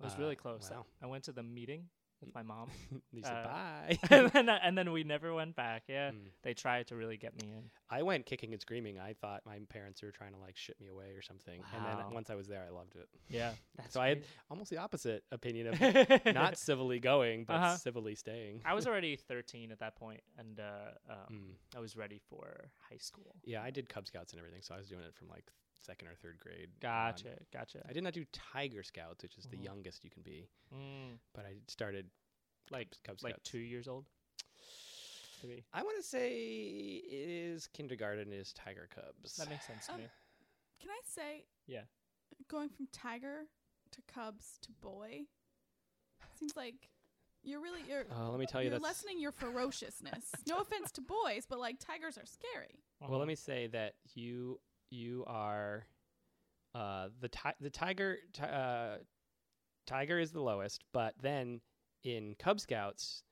I was Uh, really close. I- wow. Mm. I went to the meeting with my mom, They said Uh, bye. and, then, I- and then we never went back. Yeah, Mm. they tried to really get me in. I went kicking and screaming. I thought my parents were trying to like ship me away or something. And Wow. then once I was there, I loved it. Yeah, that's so I had almost the opposite opinion of not civilly going, but Uh-huh. civilly staying. I was already 13 at that point, and uh, um, Mm. I was ready for high school. Yeah, I did Cub Scouts and everything, so I was doing it from like second or third grade. on. Gotcha, gotcha. I did not do Tiger Scouts, which is the Mhm. youngest you can be, Mm, but I started like, Cub Scouts. like two years old. Three. I want to say it is kindergarten is Tiger Cubs. That makes Ah. sense to Um, me. Can I say? Yeah. Going from tiger to cubs to boy seems like you're really you're Uh, let me tell you you're that's lessening your ferociousness. no offense to boys, but like tigers are scary. Uh-huh. Well, let me say that you you are uh, the ti- the tiger ti- uh, tiger is the lowest, but then in Cub Scouts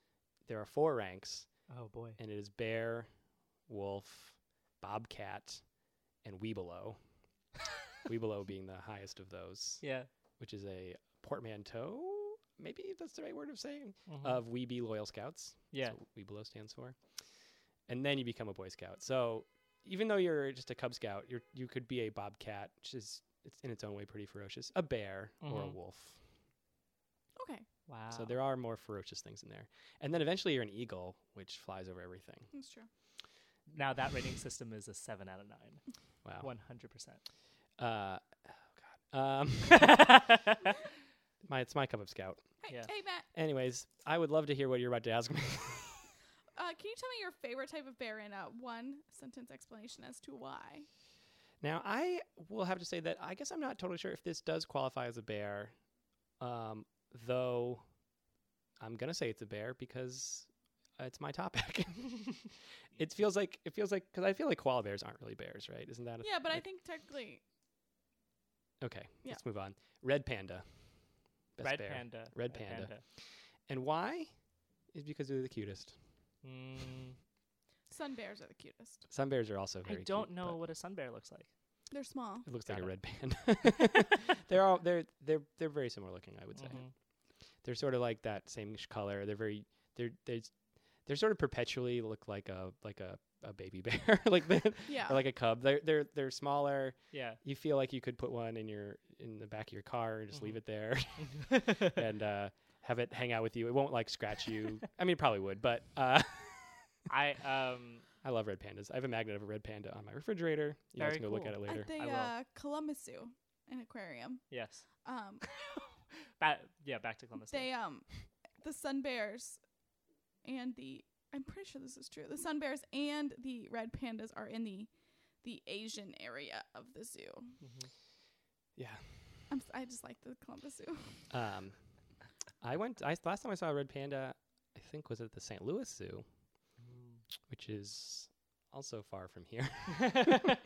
there are four ranks, Oh boy. and it is bear, wolf, bobcat, and weebelow. weebelow being the highest of those, Yeah. which is a portmanteau. Maybe that's the right word of saying mhm. of we be loyal scouts. yeah. That's what We Below stands for. And then you become a Boy Scout. So even though you're just a Cub Scout, you're you could be a bobcat, which is it's in its own way pretty ferocious, a bear or a Mhm. wolf. Okay, Wow. So there are more ferocious things in there. And then eventually you're an eagle, which flies over everything. that's true. now that rating system is a seven out of nine. Wow. One hundred percent. Uh, oh God. Um, my it's my cup of scout. Hey, Yeah. hey Matt, Anyways, I would love to hear what you're about to ask me. uh, can you tell me your favorite type of bear in a one sentence explanation as to why? Now, I will have to say that I guess I'm not totally sure if this does qualify as a bear, um, though I'm gonna say it's a bear because it's my topic. it feels like it feels like because I feel like koala bears aren't really bears, right? Isn't that a Yeah, but I like- think technically, okay? Yeah. Let's move on. Red panda, best Red bear, panda. Red panda. and why? Is because they're the cutest. Mm, sun bears are the cutest. Some bears are also I very. don't cute, know but what a sun bear looks like. They're small. It looks like Got a red panda. they're all they're they're they're very similar looking. I would say. Mhm. they're sort of like that same sh- color. They're very they're they they're sort of perpetually look like a like a, a baby bear like they Yeah. or like a cub. They're they're they're smaller. Yeah. You feel like you could put one in your in the back of your car and just leave Mhm. it there and uh, have it hang out with you. It won't like scratch you. I mean, it probably would, but uh, I um I love red pandas. I have a magnet of a red panda on my refrigerator. You guys Very can go look cool. at it later. At the I will. uh, Columbus Zoo, an aquarium. yes. Um, Back yeah, back to Columbus. Day. they um, the sun bears, and the I'm pretty sure this is true. The sun bears and the red pandas are in the the Asian area of the zoo. Mhm. Yeah. I'm s- I just like the Columbus Zoo. Um, I went. I last time I saw a red panda, I think was at the St. Louis Zoo. Mm-hmm. which is also far from here.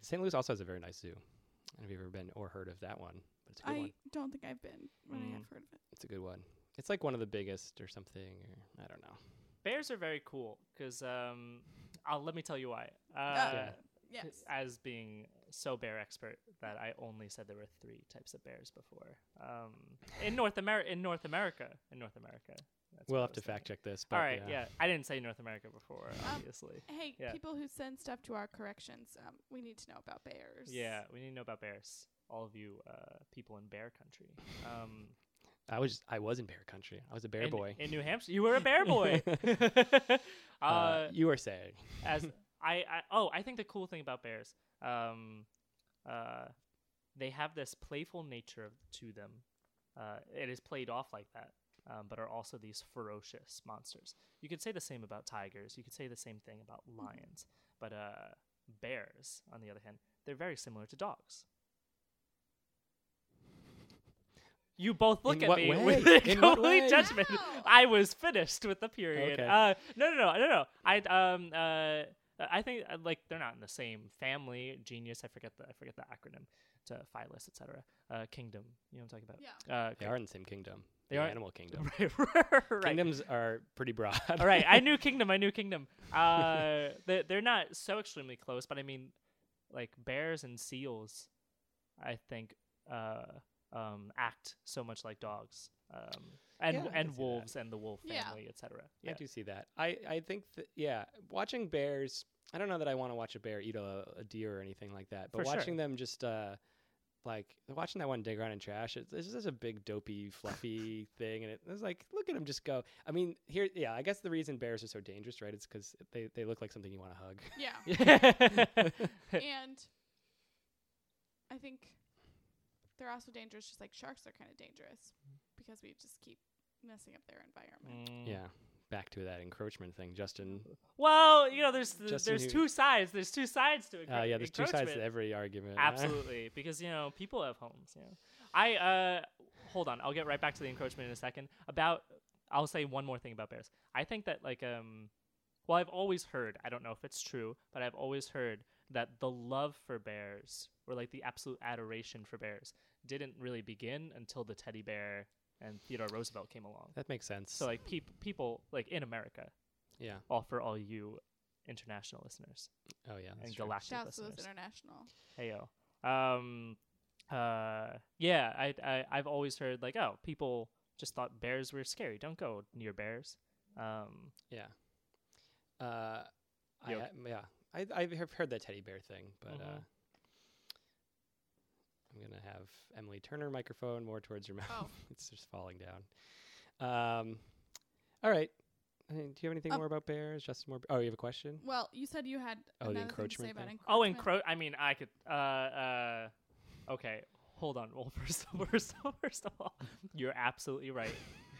St. Louis also has a very nice zoo. I don't know if you've ever been or heard of that one, but it's a good I one. Mm. don't think I've been, but I have heard of it. It's a good one. It's like one of the biggest or something, or I don't know. Bears are very cool because um I'll let me tell you why. Uh, Uh, c- Yes. as being so bear expert that I only said there were three types of bears before. Um, in North America, in North America, in North America. That's what we'll I have to was fact thinking. check this. But All right, yeah. I didn't say North America before, Um, obviously. Hey, Yeah. people who send stuff to our corrections, um, we need to know about bears. yeah, we need to know about bears. All of you uh, people in bear country. Um, I was I was in bear country. I was a bear in, boy. in New Hampshire, you were a bear boy. uh, Uh, you were saying as I, I oh I think the cool thing about bears um uh they have this playful nature to them uh it is played off like that um, but are also these ferocious monsters you could say the same about tigers you could say the same thing about Hmm. lions but uh bears on the other hand they're very similar to dogs you both look In at what me way? with a In what complete way? judgment Wow. I was finished with the period. Okay. Uh, no, no, no, no, no. I um uh Uh, I think uh, like they're not in the same family. Genius, I forget the I forget the acronym to Phylus, etc. Uh, kingdom, you know what I'm talking about? Yeah. Uh, They are in the same kingdom. They The are- animal kingdom. right, right. Kingdoms are pretty broad. All right, I knew Kingdom. I knew Kingdom. Uh, they they're not so extremely close, but I mean, like bears and seals, I think, uh, um, act so much like dogs, um, and Yeah, I can and see that. wolves and the wolf Yeah. family, etc. Yeah. I do see that. I, I think that, yeah, watching bears, I don't know that I want to watch a bear eat a, a deer or anything like that, but For sure. watching them just, uh, like, watching that one dig around in trash, it's, it's just a big, dopey, fluffy thing. And it, it's like, look at him just go. I mean, here, yeah, I guess the reason bears are so dangerous, right? It's because they, they look like something you want to hug. Yeah. and I think they're also dangerous, just like sharks are kind of dangerous because we just keep messing up their environment. Mm. Yeah. Back to that encroachment thing, Justin. Well, you know, there's th- Justin Hu- there's two sides. There's two sides to it. Uh, yeah, there's two sides to every argument. huh? Absolutely, because you know people have homes. You know, I uh, hold on. I'll get right back to the encroachment in a second. About, I'll say one more thing about bears. I think that like um, well, I've always heard. I don't know if it's true, but I've always heard that the love for bears, or like the absolute adoration for bears, didn't really begin until the teddy bear and Theodore Roosevelt came along. That makes sense. So like peop people like in America, yeah. all for all you international listeners Oh, yeah. that's and true. galactic Shouts to listeners. those international. Heyo. Um, uh, yeah, I, I I've always heard like, oh, people just thought bears were scary. Don't go near bears. Um, Yeah. Uh, I, Yo- ha- yeah. I I have heard that teddy bear thing, but Mhm. uh, I'm gonna have Emily turn her microphone more towards your mouth. Oh. it's just falling down. Um, all right. I mean, do you have anything Um, more about bears? Justin, more. b- Oh, you have a question. Well, you said you had Oh, the another encroachment thing to say about thing? encroachment. oh, and crow. I mean, I could. Uh, uh, okay. Hold on. Well, first, of, first, of, first of all, you're absolutely right.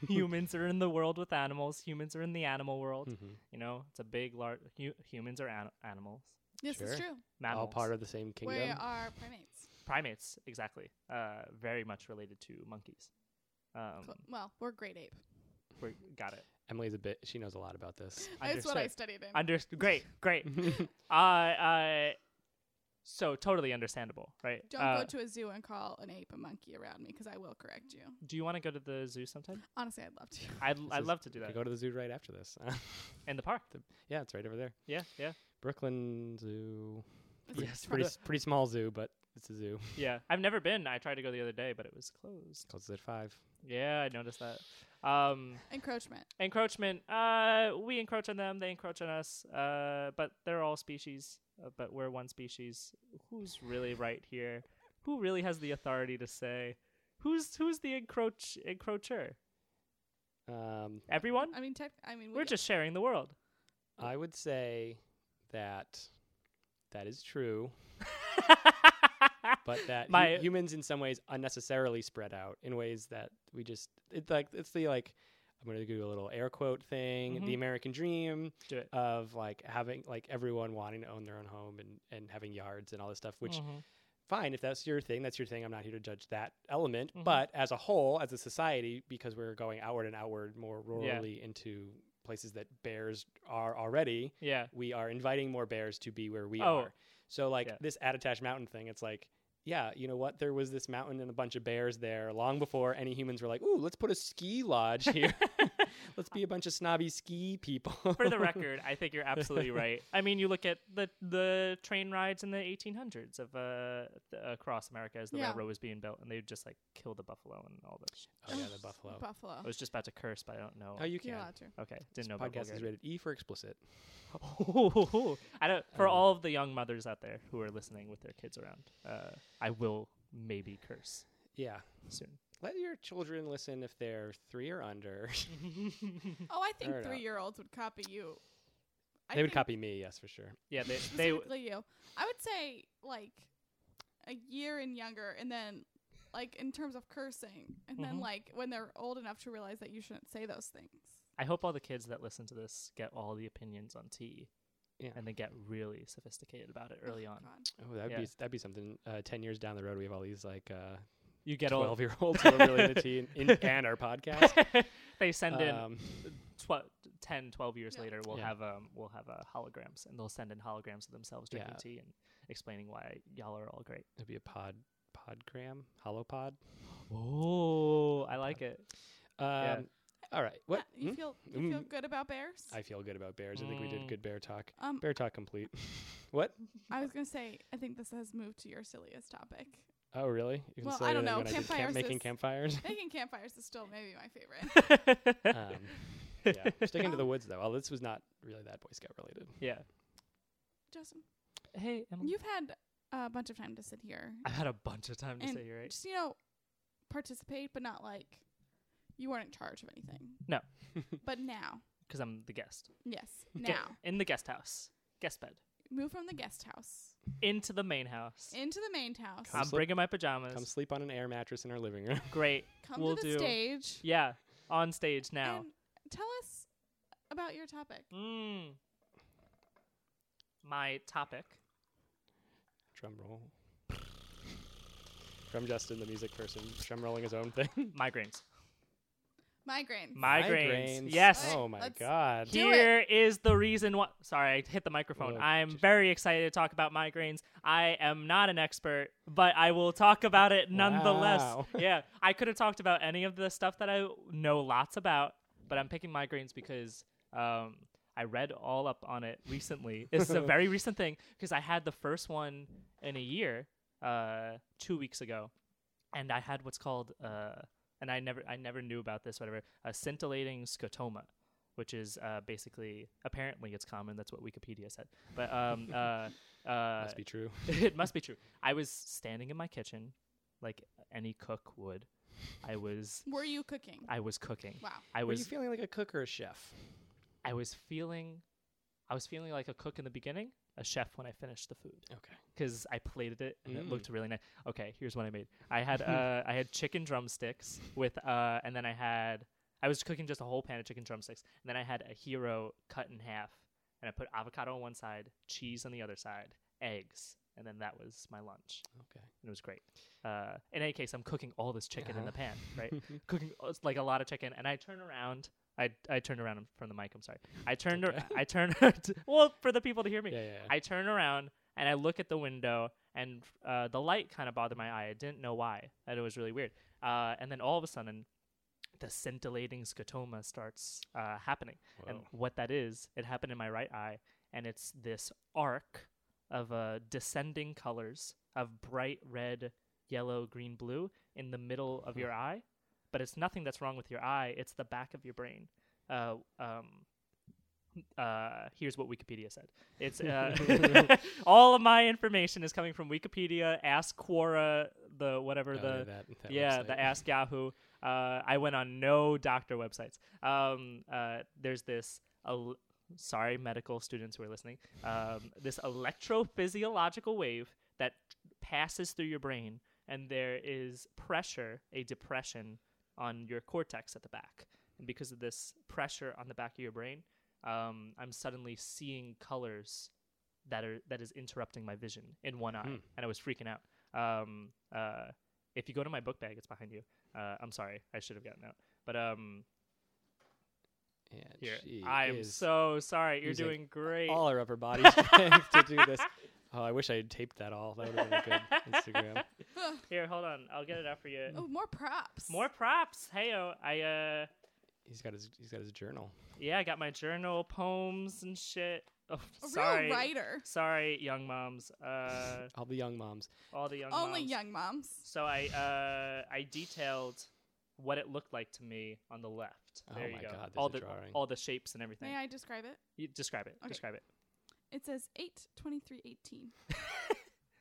humans are in the world with animals. Humans are in the animal world. Mhm. You know, it's a big, large. Hu- humans are an- animals. This is Sure. true. Mammals. All part of the same kingdom. We are primates. primates. Exactly. Uh, very much related to monkeys. Um, Cl- well, we're great ape. We're, got it. Emily's a bit. She knows a lot about this. That's what I understood. studied in. Under great, great. Mm. uh, uh, so totally understandable, right? Don't Uh, go to a zoo and call an ape a monkey around me because I will correct you. do you want to go to the zoo sometime? Honestly, I'd love to. I'd This I'd is- love to do We that Go to the zoo right after this. in the park. yeah, it's right over there. Yeah, yeah, Brooklyn Zoo. It's Pretty- Yes, pretty the- s- pretty small zoo, but it's a zoo. yeah. I've never been. I tried to go the other day, but it was closed. Closes at five. Yeah, I noticed that. Um, Encroachment. encroachment. Uh, we encroach on them. They encroach on us. Uh, but they're all species. Uh, but we're one species. Who's really right here? Who really has the authority to say? Who's who's the encroach encroacher? Um, Everyone. I mean, tech. I mean, we- We're just sharing the world. I would say that that is true, but that hu- My- humans in some ways unnecessarily spread out in ways that we just it's like it's the like I'm going to do a little air quote thing, the Mhm. American dream do it. uh, of like having like everyone wanting to own their own home and and having yards and all this stuff which Mm. Mm-hmm. fine if that's your thing that's your thing i'm not here to judge that element Mhm. but as a whole as a society because we're going outward and outward more rurally into places that bears are already yeah, we are inviting more bears to be where we Oh. are. So like Yeah. this Attitash Mountain thing, it's like, yeah, you know what? There was this mountain and a bunch of bears there long before any humans were like, ooh, let's put a ski lodge here. let's be a bunch of snobby ski people. for the record, I think you're absolutely right. I mean, you look at the the train rides in the 1800s of uh th- across America as the Yeah. railroad was being built, and they would just like kill the buffalo and all that. Shit. oh yeah, the buffalo. Buffalo. I was just about to curse, but I don't know. Oh, you can. You're allowed to. Oh, okay, didn't know. This about podcast is vulgarity. rated E for explicit. I don't. For Um, all of the young mothers out there who are listening with their kids around, uh, I will maybe curse Yeah. soon. Let your children listen if they're three or under. Oh, I Fair think enough. three-year-olds would copy you. I they would think copy me, yes, for sure. yeah, they they specifically you. I would say like a year and younger, and then like in terms of cursing, and then Mhm. like when they're old enough to realize that you shouldn't say those things. I hope all the kids that listen to this get all the opinions on tea. Yeah. And they get really sophisticated about it early on. God. Oh, that'd Yeah. be that'd be something. Uh, Ten years down the road, we have all these like uh, You get all twelve year olds who are really into tea and, in, and our podcast. they send in Um, tw- 10 10, 12 years Yeah. later, we'll Yeah. have um, we'll have uh, holograms, and they'll send in holograms of themselves drinking Yeah. tea and explaining why y'all are all great. It'd be a pod podgram, holopod. Oh, I like it. Um, All right. What? Yeah, you hmm? feel you feel Mm. good about bears? I feel good about bears. I think we Mm. did good bear talk. um, Bear talk complete. what? I was gonna say I think this has moved to your silliest topic. Oh, really? You Well, I don't know. when did camp- Campfires making is- campfires. Making campfires is still maybe my favorite. um, yeah. Sticking to the woods though. Well, this was not really that Boy Scout related. yeah. Justin, Hey, Emily. you've had a bunch of time to sit here. I've had a bunch of time to And say you're right. Just you know, participate, but not like you weren't in charge of anything. No. but now, because I'm the guest. yes, Ge- now in the guest house, guest bed, move from the guest house into the main house. into the main house. Come I'm slip- bringing my Come pajamas. sleep on an air mattress in our living room. Great. Come we'll to the do. stage Yeah, on stage now. and tell us about your topic. Mm. My topic. Drum roll. From Justin, the music person, drum rolling his own thing. Migraines. Migraines. Migraines. Yes. Alright, Oh my let's- god. Do it. Here is the reason why. Sorry, I hit the microphone. Whoa, I'm just- very excited to talk about migraines. I am not an expert, but I will talk about it nonetheless. Wow. yeah, I could have talked about any of the stuff that I know lots about, but I'm picking migraines because um, I read all up on it recently. this is a very recent thing because I had the first one in a year, uh, two weeks ago, and I had what's called, uh, and I never, I never knew about this, whatever, a scintillating scotoma. Which is uh, basically apparently it's common. That's what Wikipedia said, but um, uh, uh, Must be true. it must be true. I was standing in my kitchen, like any cook would. I was Were you cooking? I was cooking. Wow. I Were was you feeling like a cook or a chef? I was feeling I was feeling like a cook in the beginning, a chef when I finished the food Okay. because I plated it and it Mm. looked really nice. Okay, here's what I made. I had uh, I had chicken drumsticks with uh, and then I had I was cooking just a whole pan of chicken drumsticks and then I had a hero cut in half and I put avocado on one side, cheese on the other side, eggs, and then that was my lunch. Okay. and it was great. Uh, in any case, I'm cooking all this chicken in the Uh-huh. pan, right? cooking uh, like a lot of chicken, and I turn around. I, I turned around from the mic. I'm sorry. I turned. ar- okay. I turned. to- well, for the people to hear me, Yeah, yeah. yeah. I turn around and I look at the window, and uh, the light kind of bothered my eye. I didn't know why. That it was really weird. Uh, and then all of a sudden, the scintillating scotoma starts uh, happening. And Whoa. what that is, it happened in my right eye, and it's this arc of uh, descending colors of bright red, yellow, green, blue in the middle of Hmm. your eye. But it's nothing that's wrong with your eye, it's the back of your brain. Uh, um, uh, here's what Wikipedia said. It's uh, all of my information is coming from Wikipedia, Ask Quora, the whatever Oh, the yeah, that, that yeah, website. the Ask Yahoo. Uh, I went on no doctor websites. Um, uh, there's this. el- sorry, medical students who are listening. Um, this electrophysiological wave that passes through your brain, and there is pressure, a depression on your cortex at the back. And because of this pressure on the back of your brain, um, I'm suddenly seeing colors that are that is interrupting my vision in one eye, Hmm. and I was freaking out. Um, uh, if you go to my book bag, it's behind you. Uh, I'm sorry, I should have gotten out. But um, And here she I am is so sorry. You're using doing great. all her upper body strength to do this. Oh, I wish I had taped that all. That would have been a good Instagram. Ugh. Here, hold on. I'll get it out for you. oh, more props. More props. Hey, I uh, He's got his he's got his journal. yeah, I got my journal, poems, and shit. Oh, A sorry. real writer. Sorry, young moms. Uh, All the young moms. all the young Only moms. young moms. So I uh, I detailed what it looked like to me on the left. Oh There my you go. God, there's all a the drawing. all the shapes and everything. May I describe it? You describe it. Okay. Describe it. It says eight twenty three eighteen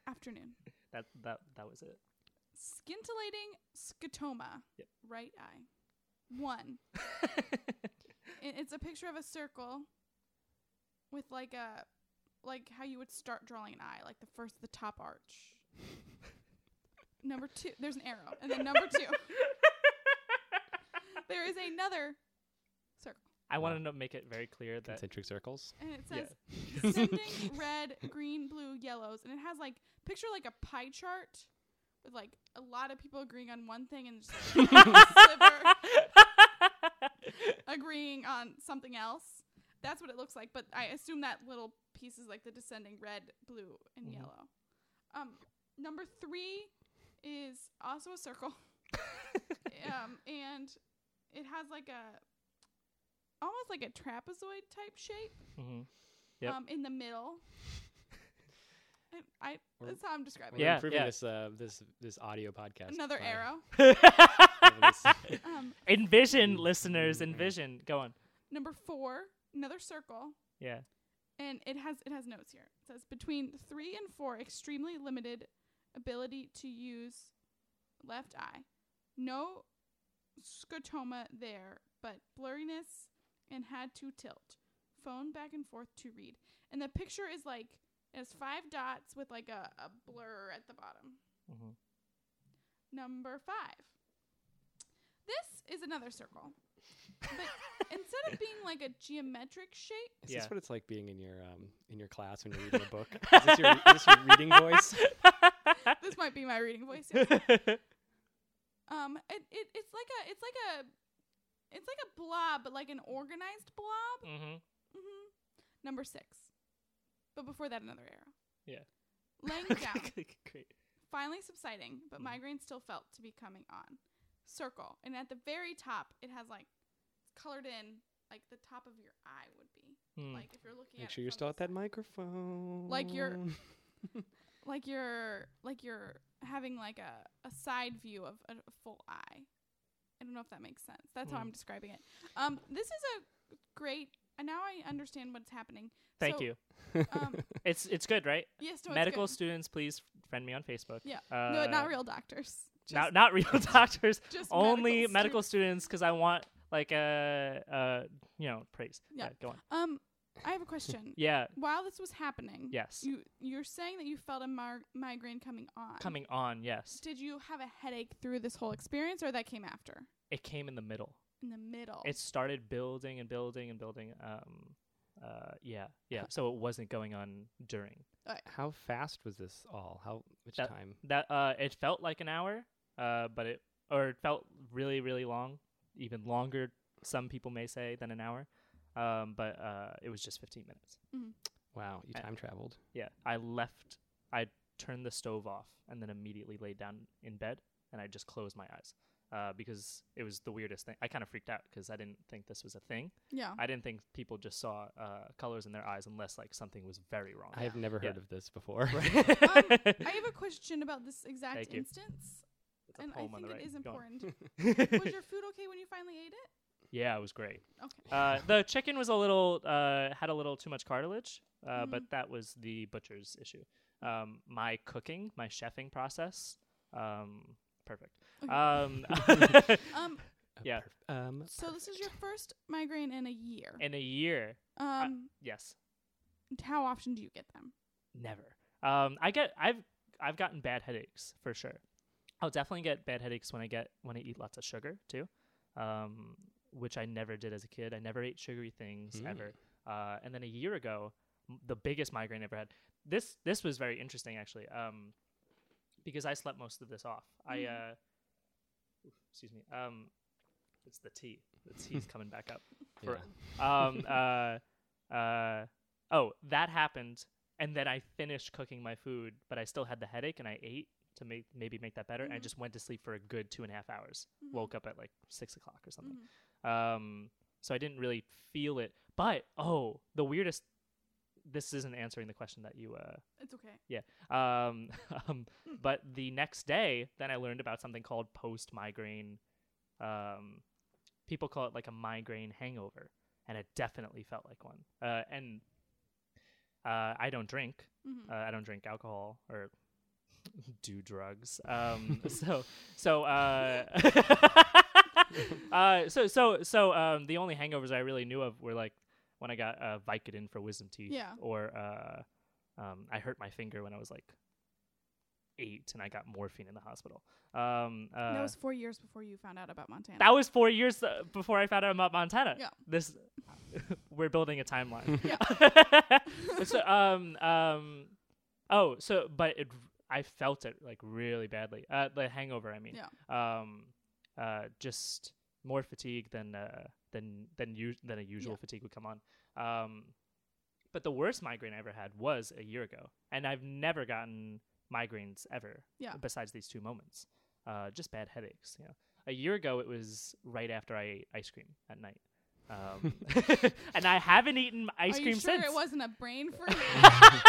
afternoon. That that that was it. Scintillating scotoma. Yep. Right eye. One. I- It's a picture of a circle with like a like how you would start drawing an eye, like the first the top arch. number two there's an arrow. And then number two. there is another circle. I Wow. wanted to make it very clear that Concentric circles. And it Yeah. says sending red, green, blue, yellows, and it has like picture like a pie chart with like a lot of people agreeing on one thing and just like, a sliver, a agreeing on something else. That's what it looks like, but I assume that little piece is like the descending red, blue, and Mhm. yellow. Um, number three is also a circle, um, and it has like a almost like a trapezoid type shape hmm Yep. um, in the middle. I, I, Or- that's how I'm describing We're Yeah, improving yeah. this uh, this this audio podcast. Another by arrow. having this- Um, Mm-hmm. envision, Mm, listeners, mm, mm. envision. Go on. number four, another circle, Yeah. and it has it has notes here. It says between three and four, extremely limited ability to use left eye. No scotoma there, but blurriness and had to tilt. Phone back and forth to read. And the picture is like it has five dots with like a, a blur at the bottom. Mhm. Number five. This is another circle. But instead of being like a geometric shape, Is Yeah. this what it's like being in your um, in your class when you're reading a book? Is this your, is this your reading voice? this might be my reading voice. Mm-hmm. yes. Um, it, it it's like a it's like a it's like a blob, but like an organized blob. hmm hmm Number six. But before that, another arrow. Yeah. Oh Laying down. Great. finally subsiding, but Mhm. Mm-hmm. migraine still felt to be coming on. Circle, and at the very top, it has like colored in like the top of your eye would be Mm. like if you're looking. Hmm. Make at sure it you're from still the at that side. microphone. you're- Like you're like you're having like a a side view of a full eye. I don't know if that makes sense. That's how Mm. I'm describing it. Um, this is a great. And now I understand what's happening. Thank So, you. Um, It's it's good, right? yes, no, it's Medical good. students, please friend me on Facebook. Yeah. Uh, no, not real doctors. Not Just- not real doctors. Just only medical medical students, because I want like a uh, uh, you know praise. Yeah. Go on. stu- Um, I have a question. Yeah. While this was happening, Yes. You you're saying that you felt a mar- migraine coming on. Coming on. Yes. Did you have a headache through this whole experience, or that came after? It came in the middle. In the middle. It started building and building and building. Um. Uh. Yeah. Yeah. So it wasn't going on during How fast was this all? How much That- time? that. Uh. It felt like an hour. Uh. But it or it felt really really long, even longer. Some people may say than an hour. Um. But uh. It was just 15 minutes. Wow, you I- time traveled. Yeah, I left. I turned the stove off and then immediately laid down in bed and I just closed my eyes uh, because it was the weirdest thing. I kind of freaked out because I didn't think this was a thing. yeah. I didn't think people just saw uh, colors in their eyes unless like something was very wrong. I have never Yeah. heard of this before. Um, I have a question about this exact Thank you. instance, It's a and I poem on think it the right. is Go on. important. was your food okay when you finally ate it? yeah, it was great. Okay. Uh, the chicken was a little uh, had a little too much cartilage, uh, Mhm. but that was the butcher's issue. Um, my cooking, my chefing process, um, perfect. Okay. Um, um. Uh, yeah. perf- Um, So this is your first migraine in a year. in a year, um. yes, how often do you get them? never. Um, I get I've I've gotten bad headaches for sure. I'll definitely get bad headaches when I get when I eat lots of sugar too, um, which I never did as a kid. I never ate sugary things Mm. ever. Uh, and then a year ago, m- the biggest migraine I ever had. This this was very interesting actually, um, because I slept most of this off. I Mm. uh, oof, excuse me. Um, it's the tea. The tea's coming back up yeah. for- um, uh, uh, oh, that happened, and then I finished cooking my food, but I still had the headache, and I ate to make maybe make that better. And I Mhm. just went to sleep for a good two and a half hours. Mhm. Woke up at like six o'clock or something. Mhm. Um, so I didn't really feel it. But oh, the weirdest. This isn't answering the question that you uh, It's okay. um, um, but the next day, then I learned about something called post migraine. Um, people call it like a migraine hangover, and it definitely felt like one. Uh, and uh, I don't drink. Mhm. Uh, I don't drink alcohol or do drugs. Um, so so uh, uh, so so so um, the only hangovers I really knew of were like when I got uh, Vicodin for wisdom teeth, Yeah. or uh, um, I hurt my finger when I was like eight, and I got morphine in the hospital. Um, uh, that was four years before you found out about Montana. that was four years uh, before I found out about Montana. Yeah. This we're building a timeline. Yeah. so um um oh so but it I felt it like really badly. Uh the hangover I mean. Yeah. Um uh just more fatigue than uh, than than u- than a usual Yeah. fatigue would come on. Um, but the worst migraine I ever had was a year ago, and I've never gotten migraines ever. Yeah. Besides these two moments, uh, just bad headaches. You know, a year ago it was right after I ate ice cream at night, um, and I haven't eaten Are ice cream you sure since it wasn't a brain freeze?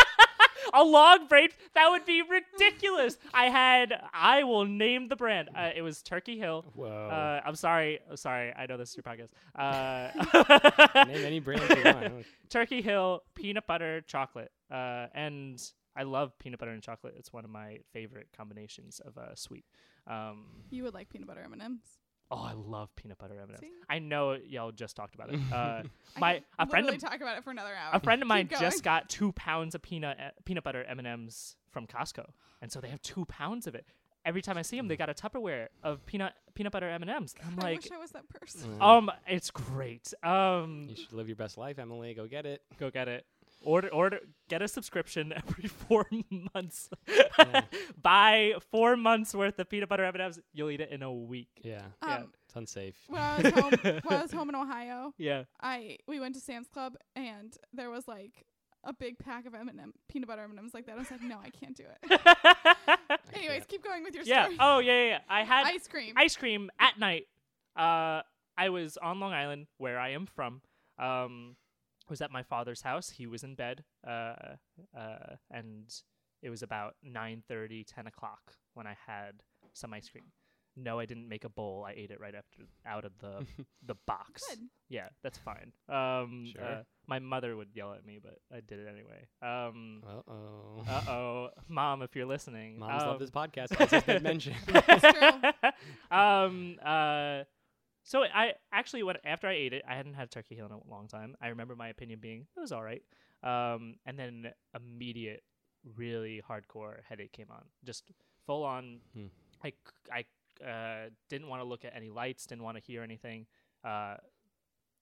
a long brain that would be ridiculous i had i will name the brand uh, it was turkey hill Whoa. uh, i'm sorry i'm sorry i know this is your podcast uh, Name any brand you want. turkey hill peanut butter chocolate uh, and i love peanut butter and chocolate it's one of my favorite combinations of uh, sweet um, you would like peanut butter M&Ms. oh i love peanut butter m&ms See? i know y'all just talked about it uh, I my could a friend of literally talk about it for another hour. a friend of mine Keep just got two pounds of peanut uh, peanut butter M and M's from Costco, and so they have two pounds of it. Every time I see them, they got a Tupperware of peanut peanut butter M and M's. I'm I like, wish I was that person. um, it's great. Um, uh, you should live your best life, Emily. Go get it. go get it. Order, order, get a subscription every four months. Buy four months worth of peanut butter M and M's. You'll eat it in a week. Yeah, Mm, yeah. Um, it's unsafe. when I was home, when I was home in Ohio, Yeah. I we went to Sam's Club and there was like a big pack of M&M peanut butter M&Ms like that. I was like, no, I can't do it. Anyways, can't. keep going with your yeah. story. Oh yeah, yeah. yeah. I had Ice cream. ice cream at night. Uh, I was on Long Island, where I am from. Um, was at my father's house. He was in bed, uh, uh, and it was about 9.30, 10 o'clock when I had some ice cream. No, I didn't make a bowl. I ate it right after out of the the box. Good. Yeah, that's fine. Um, Sure. uh, my mother would yell at me, but I did it anyway. Um, Uh oh. uh oh, mom, if you're listening, Moms um, love this podcast. As it's been mentioned. That's um, uh, so I actually when after I ate it, I hadn't had turkey hill in a long time. I remember my opinion being it was all right, um, and then immediate, really hardcore headache came on, just full on. Hmm. I c- I uh, didn't want to look at any lights, didn't want to hear anything. Uh,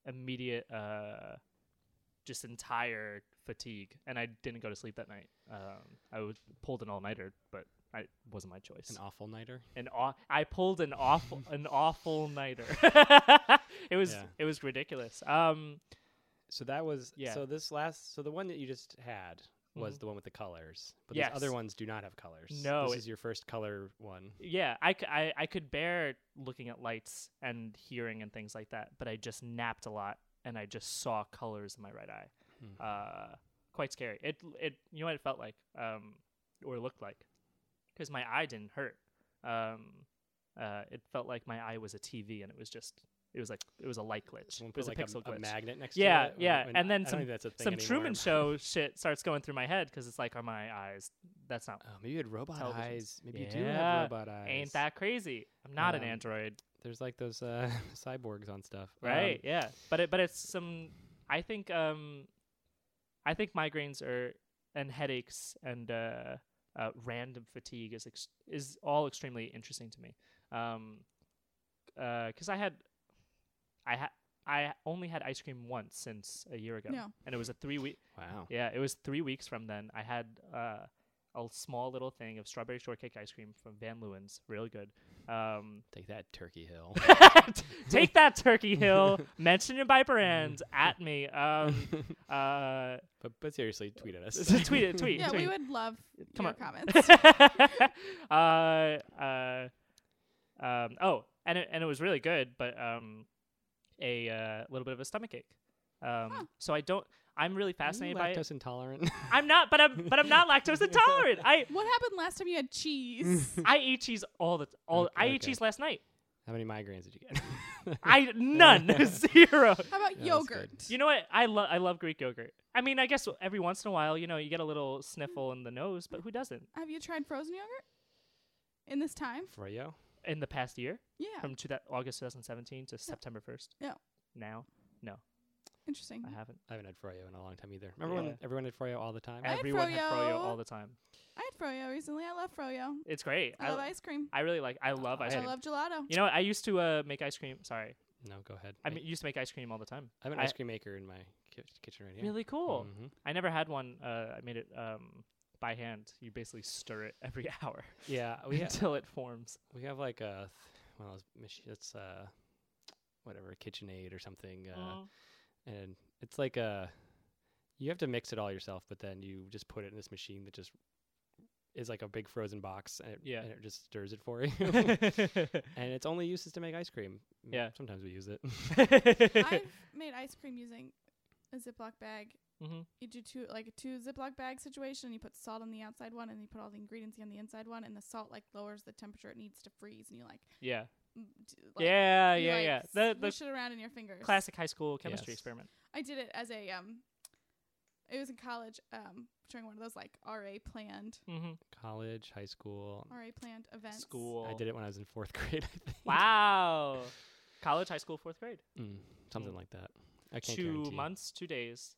immediate, uh, just entire fatigue, and I didn't go to sleep that night. Um, I was pulled an all nighter, but I wasn't my choice An awful nighter. an aw- I pulled an awful an awful nighter. it was Yeah. it was ridiculous. Um, So that was. Yeah. Mm-hmm. So this last. So the one that you just had was the one with the colors, but these Yes. other ones do not have colors. No, This it- is your first color one. yeah, I, c- I I could bear looking at lights and hearing and things like that, but I just napped a lot and I just saw colors in my right eye. Hmm. Uh, quite scary. It it you know what it felt like, um, or looked like, because my eye didn't hurt. Um, uh, it felt like my eye was a TV and it was just it was like it was a light glitch. Someone It put was like a pixel a, glitch. magnet next to Yeah, it. yeah, when- and then I don't some- think that's a thing some anymore. Truman Show shit starts going through my head because it's like, are my eyes? That's not. Oh, maybe you had robot Televisions. eyes. Maybe you do have Yeah. robot eyes. Ain't that crazy? I'm not an Um, android, There's like those uh, cyborgs on stuff. Um, right? yeah, but it, but it's some. I think um, I think migraines are and headaches and uh, uh random fatigue is ex- is all extremely interesting to me. Um, because I had, I had. I only had ice cream once since a year ago, Yeah. and it was a three week. wow. Yeah, it was three weeks from then. I had uh, a small little thing of strawberry shortcake ice cream from Van Leeuwen's, real good. Um, Take that, Turkey Hill. take that, Turkey Hill. Mention it by brand at me. Um, uh, but but seriously, tweet at us. tweet it, tweet, yeah, tweet. we would love Come your on. comments. uh, uh, um, oh, and it, and it was really good, but um, a uh, little bit of a stomach ache. Um, Huh. So I don't. I'm really Are you fascinated by it. lactose intolerant. I'm not, but I'm but I'm not lactose intolerant. I what happened last time you had cheese? I ate cheese all the t- all. Okay, I ate okay. cheese last night. How many migraines did you get? I none zero. How about Yeah, that's yogurt? good. You know what? I love I love Greek yogurt. I mean, I guess every once in a while, you know, you get a little sniffle in the nose, but who doesn't? Have you tried frozen yogurt? In this time? Froyo. In the past year, Yeah. from two thou- August 2017 to September 1st. Yeah. Mm-hmm. Now Interesting. I haven't. I haven't had Froyo in a long time either. Remember Yeah. when everyone had Froyo all the time? I had Everyone had froyo Froyo. all the time. I had froyo recently. I love froyo. It's great. I, love ice cream. I really like. I love ice I, had- cream. love gelato. You know, what? I used to uh, make ice cream. Sorry, No, go ahead. I m- used to make ice cream all the time. I have an I- ice cream maker in my ki- kitchen right here. Really cool. Mhm. I never had one. Uh, I made it um, by hand. You basically stir it every hour Oh, Yeah, we have until it forms. we have like a th- one of those machines. It's uh, whatever KitchenAid or something, uh, Mhm. and it's like a you have to mix it all yourself, but then you just put it in this machine that just is like a big frozen box, and it, Yeah. and it just stirs it for you. and its only use is to make ice cream. Mm, Yeah. sometimes we use it. I've made ice cream using a Ziploc bag. Mhm. You do two like a two Ziploc bag situation. You put salt on the outside one, and you put all the ingredients on the inside one, and the salt like lowers the temperature it needs to freeze, and you like, Yeah. m- d- like Yeah, you, yeah, like, yeah. The the swish it around in your fingers. classic high school chemistry Yes. experiment. I did it as a um. It was in college, um, during one of those like RA planned Mm-hmm. College, high school. RA planned events. School. I did it when I was in fourth grade. I think. Wow. College, high school, fourth grade. Mm, something like that. I can't two guarantee. months, two days.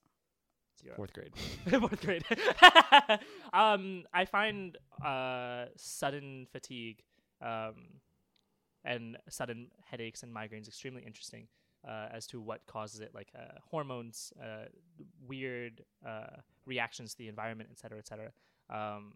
Zero. Fourth grade. Fourth grade. um, I find uh, sudden fatigue um, and sudden headaches and migraines extremely interesting uh, as to what causes it, like uh, hormones, uh, weird uh, reactions to the environment, et cetera, et cetera. Um,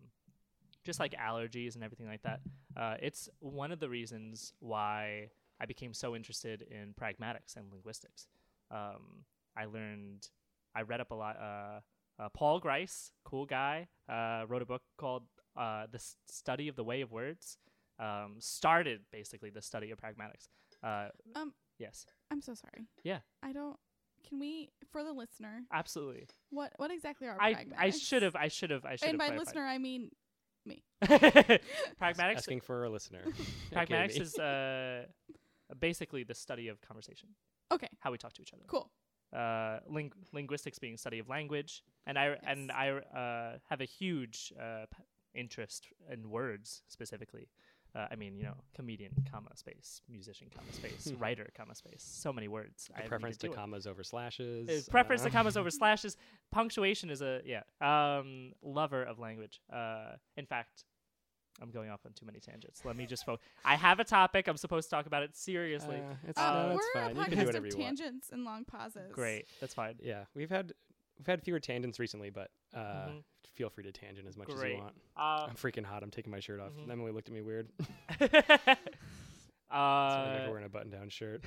just like allergies and everything like that. Uh, it's one of the reasons why I became so interested in pragmatics and linguistics. Um, I learned, I read up a lot. Uh, uh, Paul Grice, cool guy, uh, wrote a book called uh, "The S- Study of the Way of Words." Um, started basically the study of pragmatics. Uh, Um, yes, I'm so sorry. Yeah. I don't. Can we, for the listener, absolutely. what what exactly are I I pragmatics? should have I should have I should have And by clarified. listener, I mean pragmatics Asking for a listener. Okay, pragmatics me. is uh, basically the study of conversation, okay, how we talk to each other. cool. uh, ling- linguistics being study of language, and I and Yes. I uh, have a huge uh, p- interest in words specifically. Uh, I mean, you know, comedian, comma space, musician, comma space, writer, comma space. So many words. I A need preference to deal with. commas over Uh, slashes. Uh, I don't preference to know. commas over slashes. Punctuation is a yeah. Um, lover of language. Uh, in fact. I'm going off on too many tangents. Let me just focus. I have a topic. I'm supposed to talk about it seriously. Uh, it's, Uh, no, it's we're fine. a You can do podcast whatever of you want. tangents and long pauses. Great. That's fine. Yeah, we've had we've had fewer tangents recently, but uh, Mhm. feel free to tangent as much as Great. you want. Uh, I'm freaking hot. I'm taking my shirt off. Mhm. Emily looked at me weird. It's really like uh, wearing a button-down shirt.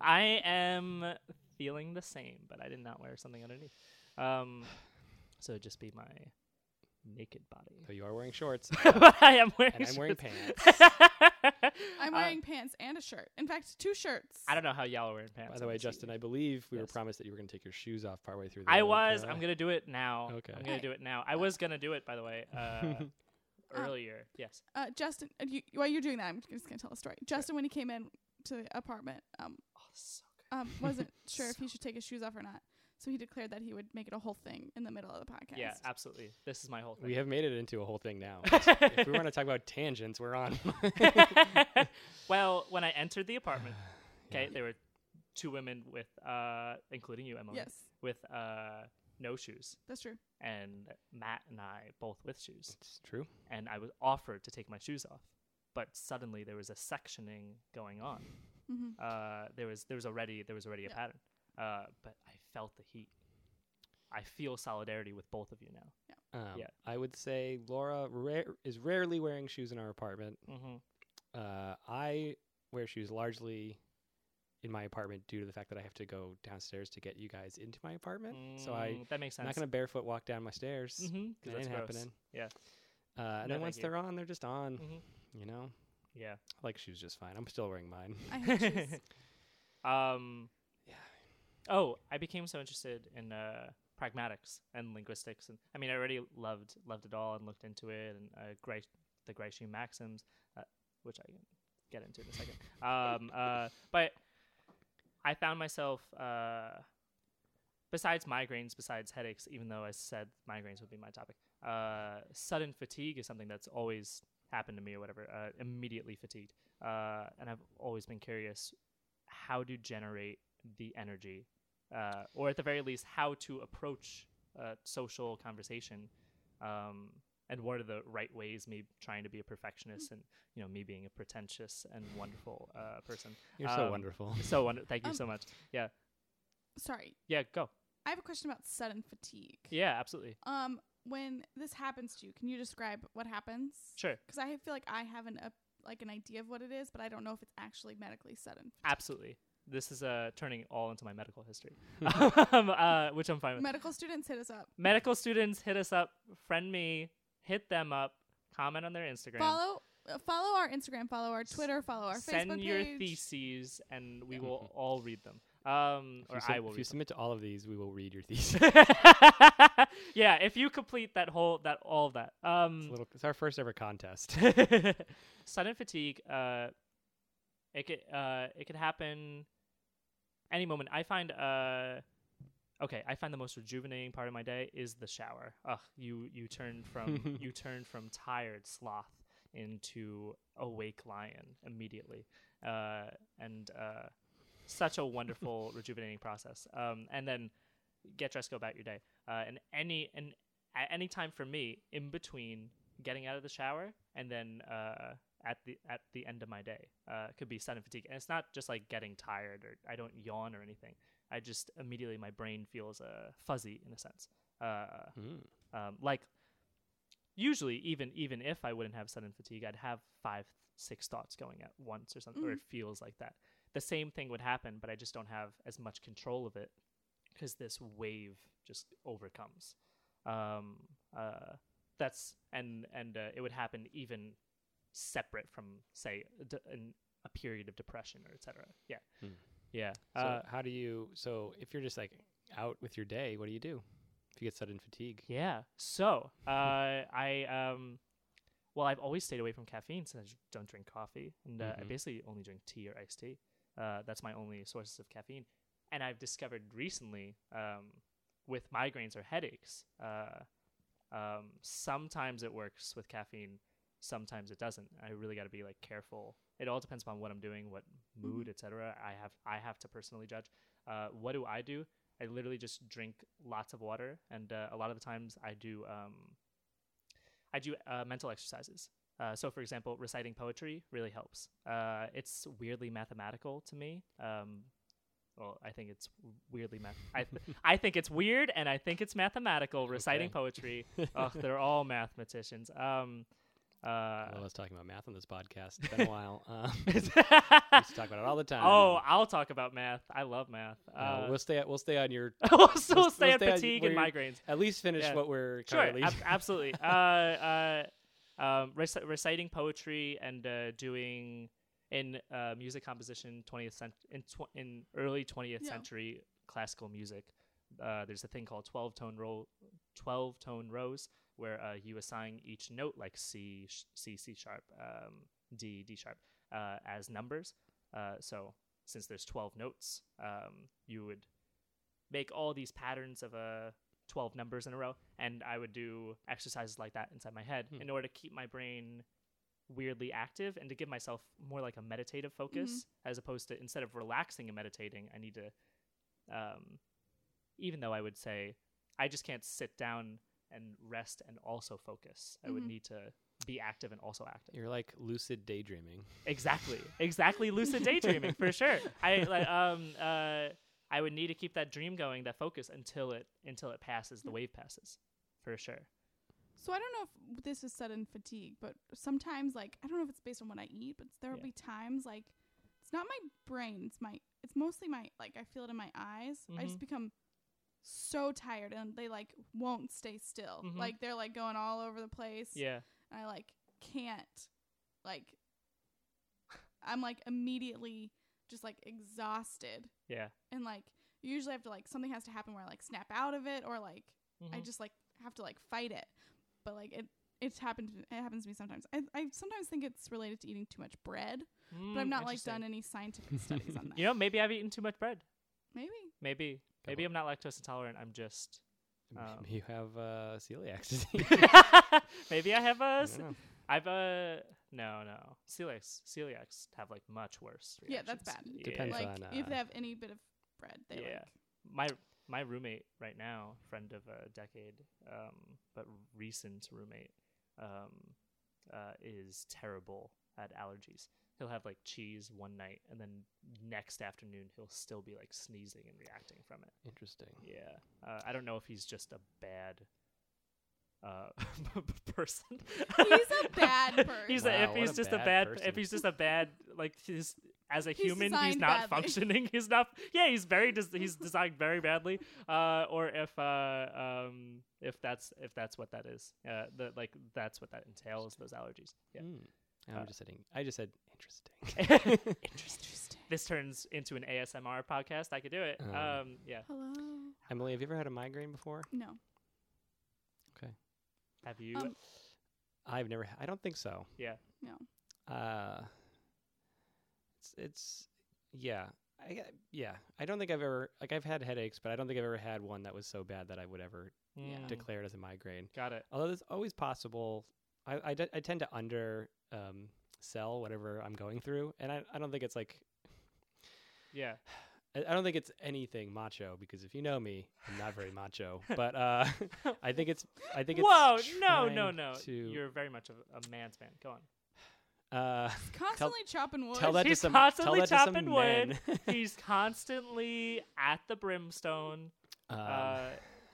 I am feeling the same, but I did not wear something underneath. Um, so it'd just be my naked body. So you are wearing shorts, but I am wearing. and I'm wearing shorts. pants. I'm Uh, wearing pants and a shirt. In fact, two shirts. I don't know how y'all are wearing pants. By the way, Justin, I believe we were Yes. promised that you were going to take your shoes off partway through. The I week, was. uh, I'm gonna do it now. Okay. I'm Okay. gonna Oh. do it now. I was gonna do it, by the way, uh, earlier. Yes. Uh, Justin, uh, you, while you're doing that, I'm just gonna tell a story. Justin, when he came in to the apartment, um, Oh, so good. um, wasn't sure if he should take his shoes off or not, so he declared that he would make it a whole thing in the middle of the podcast. Yeah, absolutely. This is my whole thing. We have made it into a whole thing now. if we want to talk about tangents, we're on. well, when I entered the apartment, okay, Yeah. there were two women with, uh, including you, Emily, Yes, with uh, no shoes, that's true. and Matt and I both with shoes. It's true. And I was offered to take my shoes off, but suddenly there was a sectioning going on. hmm Uh, there was there was already there was already a Yeah. pattern, uh, but I felt the heat. I feel solidarity with both of you now. Um, Yeah. I would say Laura rare, is rarely wearing shoes in our apartment. Mm-hmm. Uh, I wear shoes largely in my apartment due to the fact that I have to go downstairs to get you guys into my apartment. So I, Mm, that makes I'm sense. not going to barefoot walk down my stairs. Mhm, 'cause That that's ain't gross. happening. Yeah. Uh, and No, then thank once you. they're on, they're just on. Mhm. You know, Yeah. I like shoes just fine. I'm still wearing mine. I hate shoes. um, Yeah. Oh, I became so interested in uh, pragmatics and linguistics, and I mean, I already loved loved it all and looked into it, and uh, Gre- the Greishi maxims, uh, which I can get into in a second. Um, uh, but I found myself, uh, besides migraines, besides headaches, even though I said migraines would be my topic, uh, sudden fatigue is something that's always happened to me or whatever. Uh, immediately fatigued, uh, and I've always been curious how to generate the energy, uh, or at the very least, how to approach uh, social conversation, um, and what are the right ways? Me trying to be a perfectionist, and you know, me being a pretentious and wonderful uh, person. You're so Um, wonderful. So wonder- thank you Um, so much. Sorry, Yeah, go. I have a question about sudden fatigue. Yeah, absolutely. Um, when this happens to you, can you describe what happens? Sure. Because I feel like I have an uh, like an idea of what it is, but I don't know if it's actually medically sudden. Absolutely. This is uh, turning all into my medical history, um, uh, which I'm fine with. Medical students hit us up. Medical students, hit us up, friend me, hit them up, comment on their Instagram, Follow uh, follow our Instagram, follow our Twitter, follow our send Facebook your page. theses, and we Yeah. Mm-hmm. will all read them. Um, If or you, sub- I will if you read them. submit to all of these, we will read your thesis. yeah, if you complete that whole that all of that. it's, a Um, little, it's our first ever contest. sudden fatigue. Uh, it could uh it could happen any moment. I find uh. Okay, I find the most rejuvenating part of my day is the shower. Ugh, you you turn from you turn from tired sloth into awake lion immediately, uh, and uh, such a wonderful rejuvenating process. Um, and then get dressed, go about your day. Uh, and any and at any time for me in between getting out of the shower and then uh, at the at the end of my day uh, could be sudden fatigue. And it's not just like getting tired or I don't yawn or anything. I just immediately my brain feels uh, fuzzy in a sense. Uh, Mm. um, like usually even even if i wouldn't have sudden fatigue i'd have five six thoughts going at once or something or Mhm. it feels like that the same thing would happen but i just don't have as much control of it because this wave just overcomes um uh that's and and uh, it would happen even separate from say a d- an, a period of depression or etc yeah Hmm. yeah So uh, how do you? So if you're just like out with your day, what do you do? If you get sudden fatigue, Yeah. So uh, I um, well, I've always stayed away from caffeine since I j- don't drink coffee, and uh, I Mhm. basically only drink tea or iced tea. Uh, that's my only sources of caffeine. And I've discovered recently, um, with migraines or headaches, uh, um, sometimes it works with caffeine, sometimes it doesn't. I really got to be like careful. It all depends upon what I'm doing, what mood, etc. I have I have to personally judge. Uh, what do I do? I literally just drink lots of water, and uh, a lot of the times I do um, I do uh, mental exercises. Uh, so, for example, reciting poetry really helps. Uh, it's weirdly mathematical to me. Um, well, I think it's weirdly math. I, th- I think it's weird, and I think it's mathematical. Reciting Okay. poetry. Ugh, they're all mathematicians. Um, well, uh, I was talking about math on this podcast. It's been a while. Um, we used to talk about it all the time. oh, I'll talk about math. I love math. No, Uh, we'll stay. We'll stay on your. we'll, still we'll stay on stay on fatigue and where- migraines. At least finish Yeah. what we're Sure, currently. ab- absolutely. uh, uh, um, reci- reciting poetry and uh, doing in uh, music composition, twentieth cent- in, tw- in early twentieth Yeah. century classical music. Uh, there's a thing called twelve tone roll, twelve tone rows, where uh, you assign each note like C, sh- C, C sharp, um, D, D sharp, uh, as numbers. Uh, so since there's twelve notes, um, you would make all these patterns of uh, 12 numbers in a row and i would do exercises like that inside my head Hmm. in order to keep my brain weirdly active and to give myself more like a meditative focus as opposed to instead of relaxing and meditating i need to um, even though i would say i just can't sit down and rest and also focus i would Mhm. need to be active and also active You're like lucid daydreaming. Exactly. Exactly. Lucid daydreaming for sure. I like um uh I would need to keep that dream going, that focus until it until it passes, the wave passes, for sure. So I don't know if this is sudden fatigue, but sometimes like I don't know if it's based on what I eat, but there will Yeah. be times like it's not my brain, it's my it's mostly my like I feel it in my eyes. I Mm-hmm. just become so tired and they like won't stay still. Mhm. Like they're like going all over the place. Yeah. And I like can't like I'm like immediately just like exhausted Yeah. and like usually I have to like something has to happen where I like snap out of it or like Mm-hmm. I just like have to like fight it. But like it it's happened it happens to me sometimes. I, I sometimes think it's related to eating too much bread, but Mm, I've not like done any scientific studies on that. Mm-hmm. You know, maybe I've eaten too much bread. Maybe. Maybe. Come Maybe on. I'm not lactose intolerant. I'm just Um, you have uh, celiac disease. maybe I have a I s- don't know. I've uh no no celiacs celiacs have like much worse. Yeah, that's reactions. bad. Depends like on, if uh, they have any bit of bread they Yeah. like my my roommate right now, friend of a decade, um, but recent roommate, um, uh, is terrible at allergies. He'll have like cheese one night, and then next afternoon he'll still be like sneezing and reacting from it. Interesting. Yeah, uh, I don't know if he's just a bad uh, person. He's a bad He's Wow, a, if what he's a just a bad bad person. if he's just a bad like he's as a He's human he's designed not badly. functioning. He's not yeah he's very des- he's designed very badly. Uh, or if uh, um, if that's if that's what that is. Uh, the, like that's what that entails. Those allergies. Yeah. Mm. Uh, I'm just sitting. I just said interesting. Interesting. Interesting. This turns into an ASMR podcast. I could do it. Um, Um, yeah. Hello. Emily, have you ever had a migraine before? No. Have you? Um, I've never. ha- I don't think so. Yeah. No. Uh, it's it's yeah. I g- yeah. I don't think I've ever like I've had headaches, but I don't think I've ever had one that was so bad that I would ever yeah. Mm, declare it as a migraine. Got it. Although it's always possible. I I, d- I tend to under um sell whatever I'm going through, and I I don't think it's like Yeah. I I don't think it's anything macho because if you know me, I'm not very macho. But uh, I think it's I think it's Whoa! No! No! trying No! to- You're very much a, a man's man. Go on. uh, Constantly chopping wood. tell that to He's some constantly tell that to some chopping wood. men. He's constantly at the brimstone, Um, uh,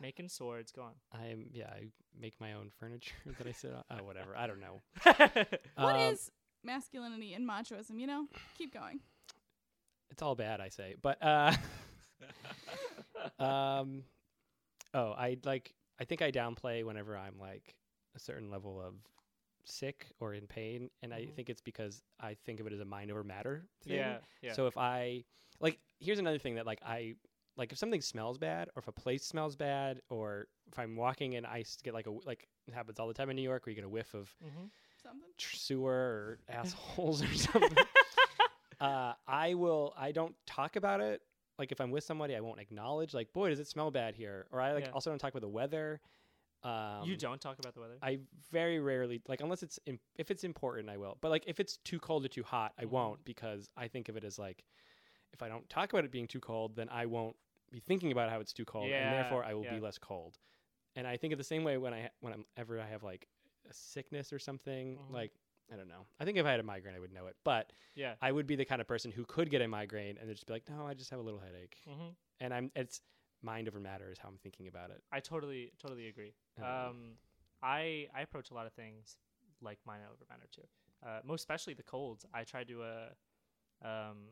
making swords. Go I'm yeah. I make my own furniture that I sit on. Oh, whatever. I don't know. on. What Um, is masculinity and machoism? You know, keep going. It's all bad, I say. But uh, um, oh, I like. I think I downplay whenever I'm like a certain level of sick or in pain, and I Mhm. think it's because I think of it as a mind over matter thing. yeah. Yeah. So if I like, here's another thing that like I like if something smells bad, or if a place smells bad, or if I'm walking and I s- get like a wh- like it happens all the time in New York, where you get a whiff of Mhm. Something. tr- sewer or assholes or something. uh, I will. I don't talk about it. Like if I'm with somebody, I won't acknowledge. Like, boy, does it smell bad here? Or I like Yeah. also don't talk about the weather. Um, you don't talk about the weather. I very rarely like unless it's im- if it's important, I will. But like if it's too cold or too hot, I Mhm. won't because I think of it as like if I don't talk about it being too cold, then I won't be thinking about how it's too cold, Yeah, and therefore I will yeah. be less cold. And I think of the same way when I ha- when I'm ever I have like a sickness or something Mhm. like. I don't know. I think if I had a migraine, I would know it. But yeah. I would be the kind of person who could get a migraine and just be like, "No, I just have a little headache." hmm And I'm it's mind over matter is how I'm thinking about it. I totally totally agree. Um, Um, I I approach a lot of things like mine over matter too. Uh, most especially the colds. I tried to uh, um,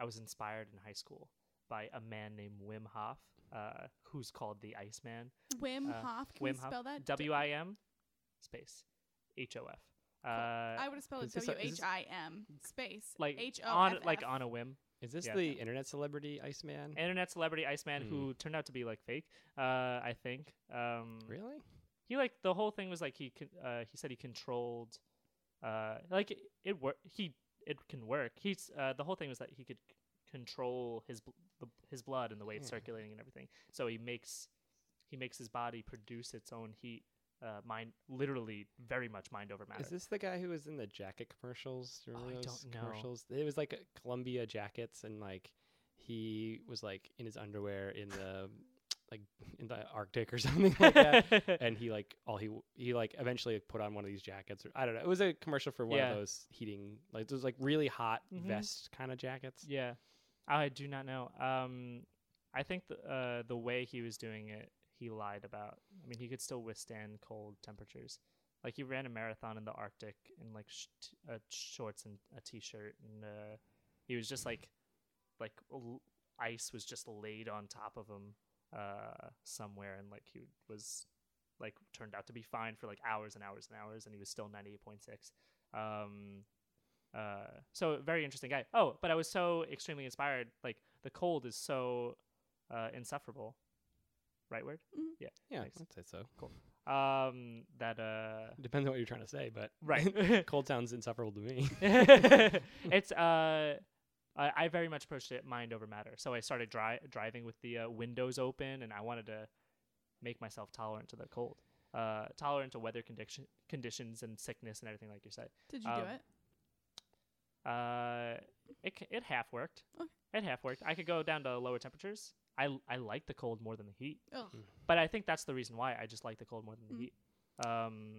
I was inspired in high school by a man named Wim Hof, uh, who's called the Iceman. Wim Uh, Hof. Can we Wim Hof. spell that? W I M space H O F. Uh, I would have spelled it Is this W a- is H this- I M space like H O on F like F. on a whim. Is this Yeah. the internet celebrity Iceman? Internet celebrity Iceman Hmm. who turned out to be like fake. Uh, I think. Um, really? He like the whole thing was like he con- uh, he said he controlled, uh, like it, it work. He it can work. He's uh, the whole thing was that he could c- control his bl- the, his blood and the way it's Yeah. circulating and everything. So he makes he makes his body produce its own heat. Uh, mind literally very much mind over matter. Is this the guy who was in the jacket commercials? Do you Oh, remember I those don't know. commercials? It was like a Columbia jackets, and like he was like in his underwear in the like in the Arctic or something like that. and he like all he w- he like eventually put on one of these jackets. Or, I don't know. It was a commercial for one Yeah. of those heating like those like really hot Mhm. vest kind of jackets. Yeah, I do not know. Um, I think the uh, the way he was doing it, he lied about. I mean, he could still withstand cold temperatures. Like he ran a marathon in the Arctic in like sh- t- uh, shorts and a t-shirt, and uh, he was just like, like l- ice was just laid on top of him uh, somewhere, and like he was like turned out to be fine for like hours and hours and hours, and he was still ninety eight point six. Um, uh, so very interesting guy. Oh, but I was so extremely inspired. Like the cold is so uh, insufferable. Right word. Yeah, Nice. I'd say so. Um, that uh, Depends on what you're trying to say, but right. cold sounds insufferable to me. it's uh. I, I very much approached it mind over matter. So I started dri- driving with the uh, windows open, and I wanted to make myself tolerant to the cold, uh, tolerant to weather condition- conditions and sickness and everything like you said. Did you um, do it? Uh, it c- it half worked. Okay. It half worked. I could go down to lower temperatures. I l- I like the cold more than the heat, Oh, Mm. but I think that's the reason why I just like the cold more than the Mm. heat. Um,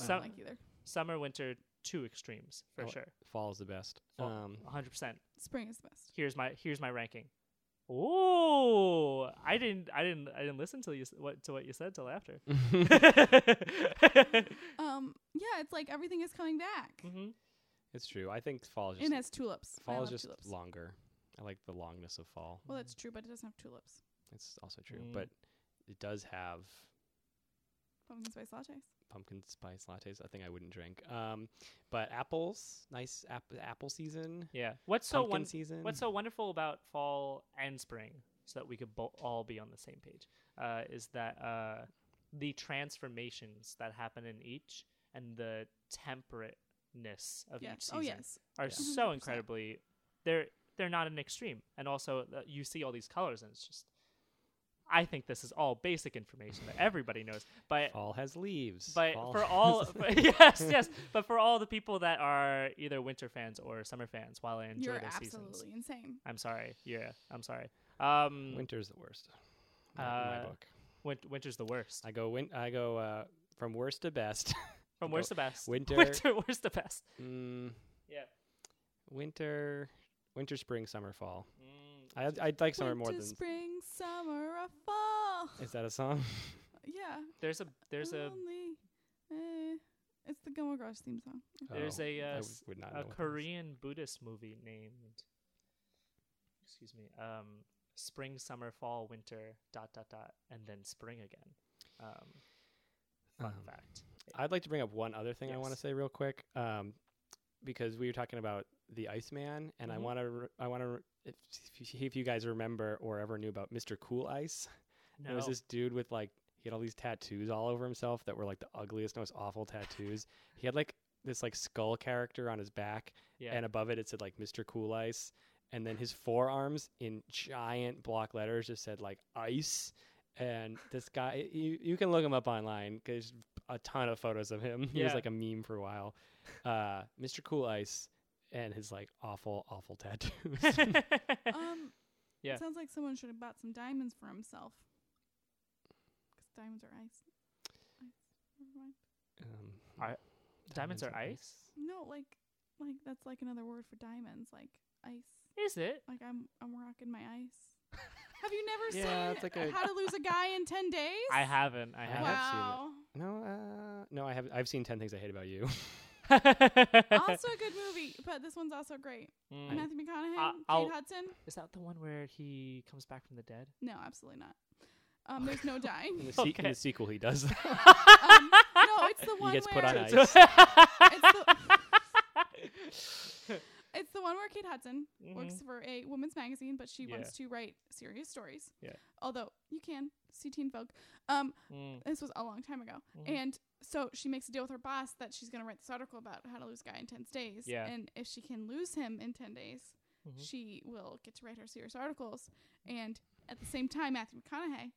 I some- don't like either. summer, winter, two extremes for Oh, sure. Fall's the best. Fall- Um, One hundred percent. Spring is the best. Here's my here's my ranking. Oh, I didn't, I didn't, I didn't listen to you s- what to what you said till after. Mm-hmm. Um, yeah, it's like everything is coming back. hmm it's true. I think fall is just It has tulips. I fall is love just tulips. longer. I like the longness of fall. Well, that's true, but it doesn't have tulips. It's also true, Mm. but it does have Pumpkin spice lattes. pumpkin spice lattes. I think I wouldn't drink. Um, but apples, nice ap- apple season. Yeah. What's so pumpkin one? season. What's so wonderful about fall and spring, so that we could bo- all be on the same page, uh, is that uh, the transformations that happen in each and the temperateness of Yes. each season Oh, yes. Mm-hmm. are Yeah. so 100%. incredibly. They're they're not an extreme, and also uh, you see all these colors, and it's just. I think this is all basic information that everybody knows, but fall has leaves. but Fall for has- all, but yes, yes, but for all the people that are either winter fans or summer fans, while I enjoy You're those absolutely seasons, insane. I'm sorry. Yeah, I'm sorry. Um, winter's the worst. Not in Uh, my book, win- winter's the worst. I go win. I go uh, from worst to best. From go- worst to best. winter- winter, worst to best. mm, Yeah. winter, winter, spring, summer, fall. I I like summer more Winter, than. spring, summer, or fall. Is that a song? yeah. There's a there's a only, eh, it's the Gilmore Girls theme song. There's Oh, a, uh, I s- w- would not a know what that is. Korean Buddhist movie named excuse me um spring summer fall winter dot dot dot and then spring again. Um, fun Um, fact. I'd like to bring up one other thing I want to Yes. say real quick, um, because we were talking about the Iceman, and I Mhm. want to, re- I want to, re- if, if you- if you guys remember or ever knew about Mr. Cool Ice, there No. was this dude with like he had all these tattoos all over himself that were like the ugliest, most awful tattoos. he had like this like skull character on his back, yeah. and above it it said like Mr. Cool Ice, and then his forearms in giant block letters just said like ice. And this guy, you, you can look him up online 'cause there's a ton of photos of him. He was Yeah. like a meme for a while. Uh, Mr. Cool Ice and his like awful, awful tattoos. um, Yeah. Sounds like someone should have bought some diamonds for himself. 'Cause diamonds are ice. ice. Never mind. Um, Are- diamonds are ice? No, like, like that's like another word for diamonds, like ice. Is it? Like I'm, I'm rocking my ice. have you never Yeah, seen it's like a- How to Lose a Guy in Ten Days? I haven't. I I have seen it. Wow. No, uh, no, I have. I've seen Ten Things I Hate About You. haven't. also a good movie, but this one's also great. Mm. Matthew McConaughey, I- I'll- Kate Hudson. Is that the one where he comes back from the dead? No, absolutely not. Um, there's no In dying. the, se- in Okay. the sequel, he does. Um, no, it's the one gets where put on ice. It's it's the one where Kate Hudson works for a women's magazine, but she Mm-hmm. Yeah. wants to write serious stories. Yeah. Although you can see Teen Vogue. Um, Mm. this was a long time ago, Mhm. and so she makes a deal with her boss that she's going to write this article about how to lose a guy in ten days. Yeah. And if she can lose him in ten days, Mhm. she will get to write her serious articles. And at the same time, Matthew McConaughey.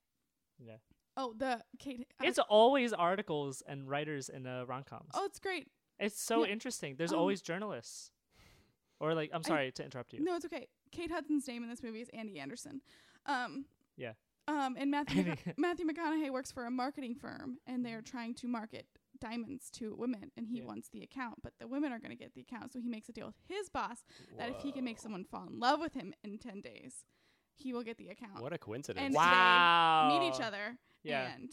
Yeah. Oh, the Kate. uh, It's always articles and writers in uh, rom coms. oh, it's great. It's so yeah, interesting. There's um, always journalists. Or like, I'm sorry to interrupt you. No, it's okay. Kate Hudson's name in this movie is Andy Anderson. Um, Yeah. Um, and Matthew Andy- McCona- Matthew McConaughey works for a marketing firm, and they're trying to market diamonds to women, and he Yeah. wants the account, but the women are going to get the account, so he makes a deal with his boss that if he can make someone fall in love with him in ten days, he will get the account. what a coincidence! and- wow. Meet each other, Yeah, and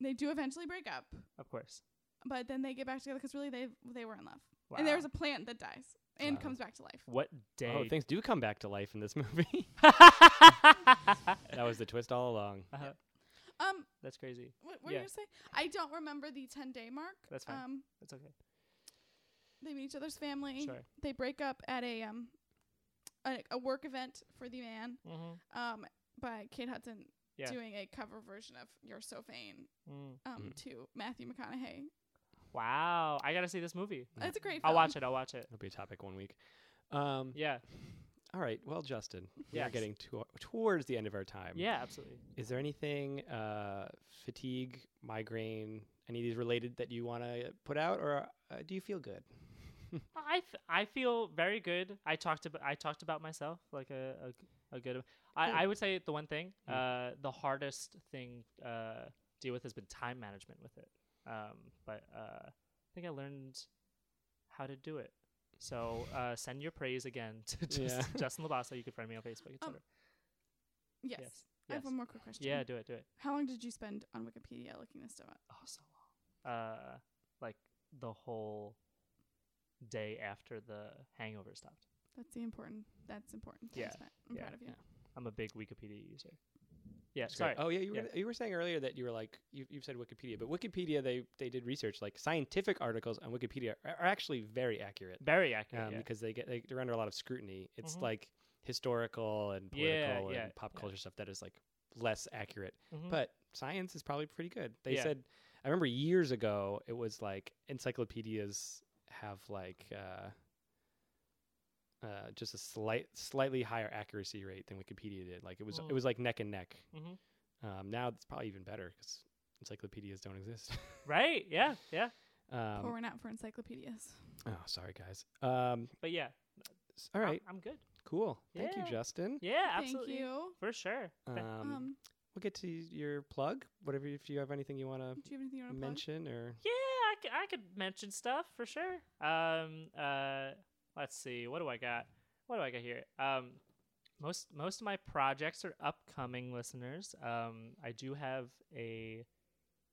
they do eventually break up, of course. but then they get back together because really they they were in love, Wow. and there was a plant that dies and Wow. comes back to life. what day? Oh, things do come back to life in this movie. that was the twist all along. Uh-huh. Um, That's crazy. What were Yeah. you gonna say? I don't remember the ten day mark. That's fine. Um, That's okay. they meet each other's family. Sure. They break up at a um, a, a work event for the man. Mm-hmm. Um, by Kate Hudson Yeah. doing a cover version of "You're So Vain." Mm. Um, Mm. to Matthew McConaughey. Wow. I got to see this movie. Yeah. It's a great. Film. I'll watch it. I'll watch it. It'll be a topic one week. Um, Yeah. All right. Well, Justin, we are Yes. getting to- towards the end of our time. Yeah, absolutely. Is there anything uh, fatigue, migraine, any of these related that you want to put out, or uh, do you feel good? I, f- I feel very good. I talked about I talked about myself like a a, a good. I, Good. I would say the one thing, Mm. uh, the hardest thing uh, to deal with has been time management with it. Um, but uh, I think I learned how to do it. So uh, send your praise again to just, Yeah. Justin Labasa. You can find me on Facebook, etc. Um, Yes. Yes. I have Yes. one more quick question. Yeah, do it, do it. How long did you spend on Wikipedia looking this stuff up? Oh, so long. Uh, like the whole day after the hangover stopped. That's the important. That's important. time Yeah. spent. I'm Yeah. proud of you. I'm a big Wikipedia user. Yeah, That's sorry. great. Oh yeah, you were Yeah. gonna- you were saying earlier that you were like you you said Wikipedia, but Wikipedia they they did research like scientific articles on Wikipedia are, are actually very accurate Very accurate. um, yeah. because they get they, they're under a lot of scrutiny. It's Mhm. like historical and Yeah, political yeah, and pop yeah. culture stuff that is like less accurate, Mhm. but science is probably pretty good. They Yeah. said I remember years ago it was like encyclopedias have like. uh uh, just a slight, slightly higher accuracy rate than Wikipedia did. Like it was, Mm. it was like neck and neck. Mhm. Um, now it's probably even better because encyclopedias don't exist. Right? Yeah, yeah. um, Pouring out for encyclopedias. oh, sorry guys. Um, But yeah, s- all right, I'm, I'm good. cool. Thank Oh. Yeah. you, Justin. Yeah, Thank absolutely. you. For sure. Th- Um, um, we'll get to your plug. Whatever, if you have anything you want do to you have anything you want to plug? mention or yeah, I could, I could mention stuff for sure. Um, uh, let's see. What do I got? What do I got here? Um, most most of my projects are upcoming, listeners. Um, I do have a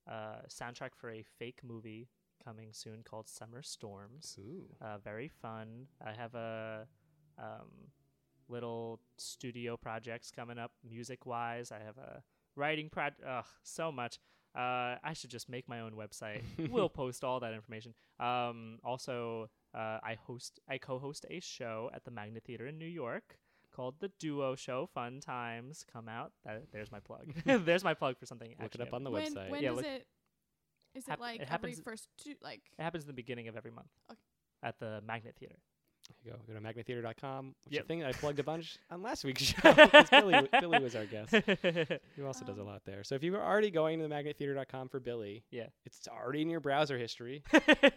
uh, soundtrack for a fake movie coming soon called Summer Storms. Ooh. uh, very fun. I have a um, little studio projects coming up, music wise. I have a writing project. Ugh, so much. Uh, I should just make my own website. we'll post all that information. Um, also, uh, I host, I co-host a show at the Magna Theater in New York called the Duo Show. Fun times. Come out. That, there's my plug. there's my plug for something. Look it actually up on the when website. when Yeah, does look- it? Is Hap- it like it every happens- first two? Like It happens in the beginning of every month. Okay. At the Magnet Theater. There you go. Go to magnatheater.com. Which is Yep. a thing that I plugged a bunch on last week's show. 'cause Billy, w- Billy was our guest. Who also does a Um, lot there. So if you were already going to the magnettheater.com for Billy, Yeah. it's already in your browser history.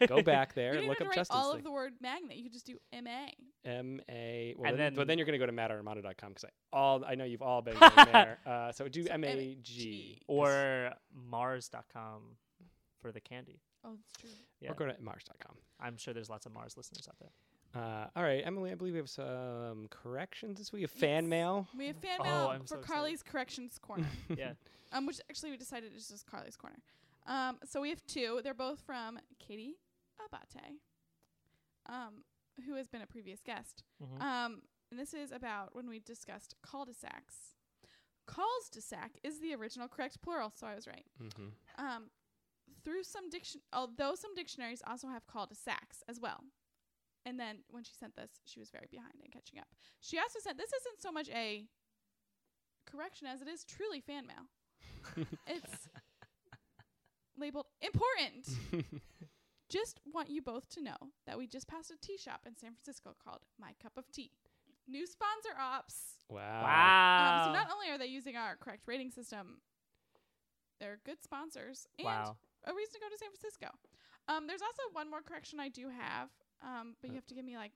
Go back you there didn't and look even up write Justin's all thing. of the word magnet. You could just do M A. M A. Well, And then, then- but then you're going to go to mattarmata.com because I all I know you've all been going there. Uh, so do So M A G or mars.com for the candy. Oh, that's true. yeah. or go to mars.com. I'm sure there's lots of Mars listeners out there. Uh, all right, Emily. I believe we have some corrections this week. We have fan Yes. mail. We have fan Oh, mail I'm for so excited. Carly's Corrections Corner. Yeah. um, which actually we decided is just Carly's Corner. Um, so we have two. They're both from Katie Abate, um, who has been a previous guest. Mhm. Um, and this is about when we discussed cul-de-sacs. Cul-de-sac is the original correct plural, so I was right. Mhm. Um, through some diction, although some dictionaries also have cul-de-sacs as well. And then when she sent this, she was very behind in catching up. She also said this isn't so much a correction as it is truly fan mail. it's labeled important. Mm-hmm. Just want you both to know that we just passed a tea shop in San Francisco called My Cup of Tea. New sponsor ops. wow. wow. Um, so not only are they using our correct rating system, they're good sponsors and wow. a reason to go to San Francisco. Um, there's also one more correction I do have, um, Uh, but you have to give me like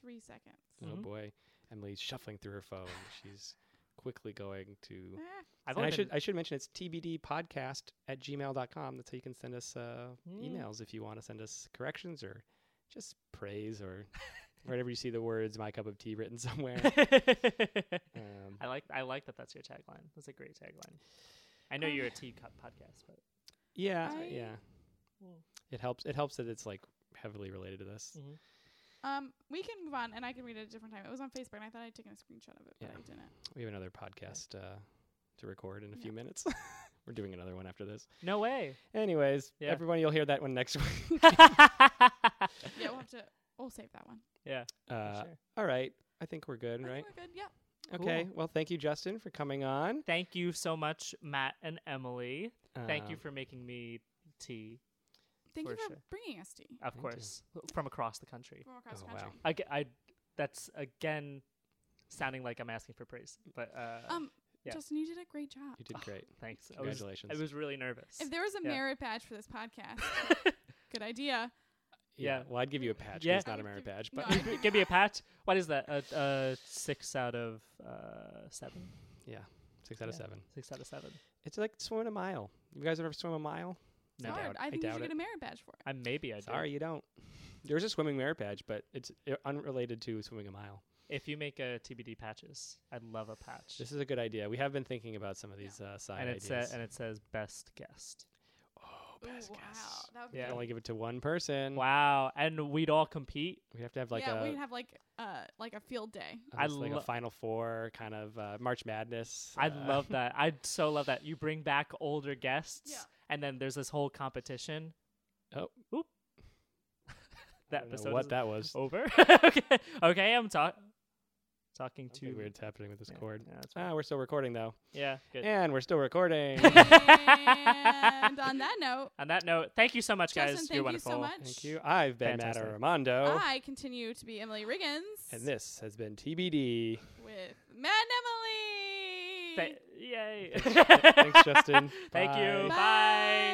three seconds. Oh Mhm. boy, Emily's shuffling through her phone. She's quickly going to. Ah, I've And only I should been- I should mention it's TBD podcast at gmail.com. That's how you can send us uh, Mm. emails if you want to send us corrections or just praise or wherever you see the words "my cup of tea" written somewhere. um, I like I like that that's your tagline. That's a great tagline. I know Um, you're a tea cup podcast, but yeah, I- yeah. Mm. It helps. It helps that it's like heavily related to this. Um, we can move on, and I can read it a different time. It was on Facebook, and I thought I'd taken a screenshot of it, but Yeah. I didn't. Mm-hmm. We have another podcast uh, to record in a Yeah. few minutes. We're doing another one after this. no way. Anyways, Yeah. everyone, you'll hear that one next week. Yeah, we'll have to. We'll save that one. yeah. Uh, sure. All right. I think we're good, I think right? We're good. Yeah. Okay. Well, thank you, Justin, for coming on. Thank you so much, Matt and Emily. Thank you Um, for making me tea, Thank you For for sure. bringing us tea Thank of you. course, from across the country. from across Oh, the wow. country. I, ge- I that's again sounding like I'm asking for praise, but uh, Um, Yeah. Justin, you did a great job. You did great. thanks. Oh, I was, Congratulations. I was really nervous. If there was a Yeah. merit badge for this podcast, good idea. yeah. yeah. Well, I'd give you a patch. 'cause Yeah. It's not a I'd merit give- badge, no, but I'd Give me a patch. What is that? A, a six out of uh, seven. six out of Yeah. seven. Six out of seven. It's like swimming a mile. You guys ever swim a mile? It's I hard. doubt it. I I think you doubt should it. get a merit badge for it. I maybe I do. Sorry, you don't. There's a swimming merit badge, but it's uh, unrelated to swimming a mile. If you make a TBD patches, I'd love a patch. This is a good idea. We have been thinking about some of these uh, side and it ideas. says and it says best guest. oh, Ooh, best wow. guess. That would be You Yeah. can only give it to one person. Wow, and we'd all compete. We have to have like yeah, a we'd have like uh like a field day. I almost like a lo- Final Four kind of uh, March Madness. I uh, love that. I'd so love that. You bring back older guests, Yeah. and then there's this whole competition. Oh. oop! I that don't know episode what is that was. over. okay, okay, I'm talking talking Too to weird it's happening with this Yeah, cord. yeah, that's Ah, we're still recording though, Yeah, good. and we're still recording. and on that note, On that note, thank you so much, guys. Justin, thank You're you wonderful. so much. Thank you. I've been Matt Fantastic. Ah, Armando, I continue to be Emily Riggins and this has been TBD. with Matt and Emily. Th- yay! Thanks, Justin. Thank you. Bye. Bye.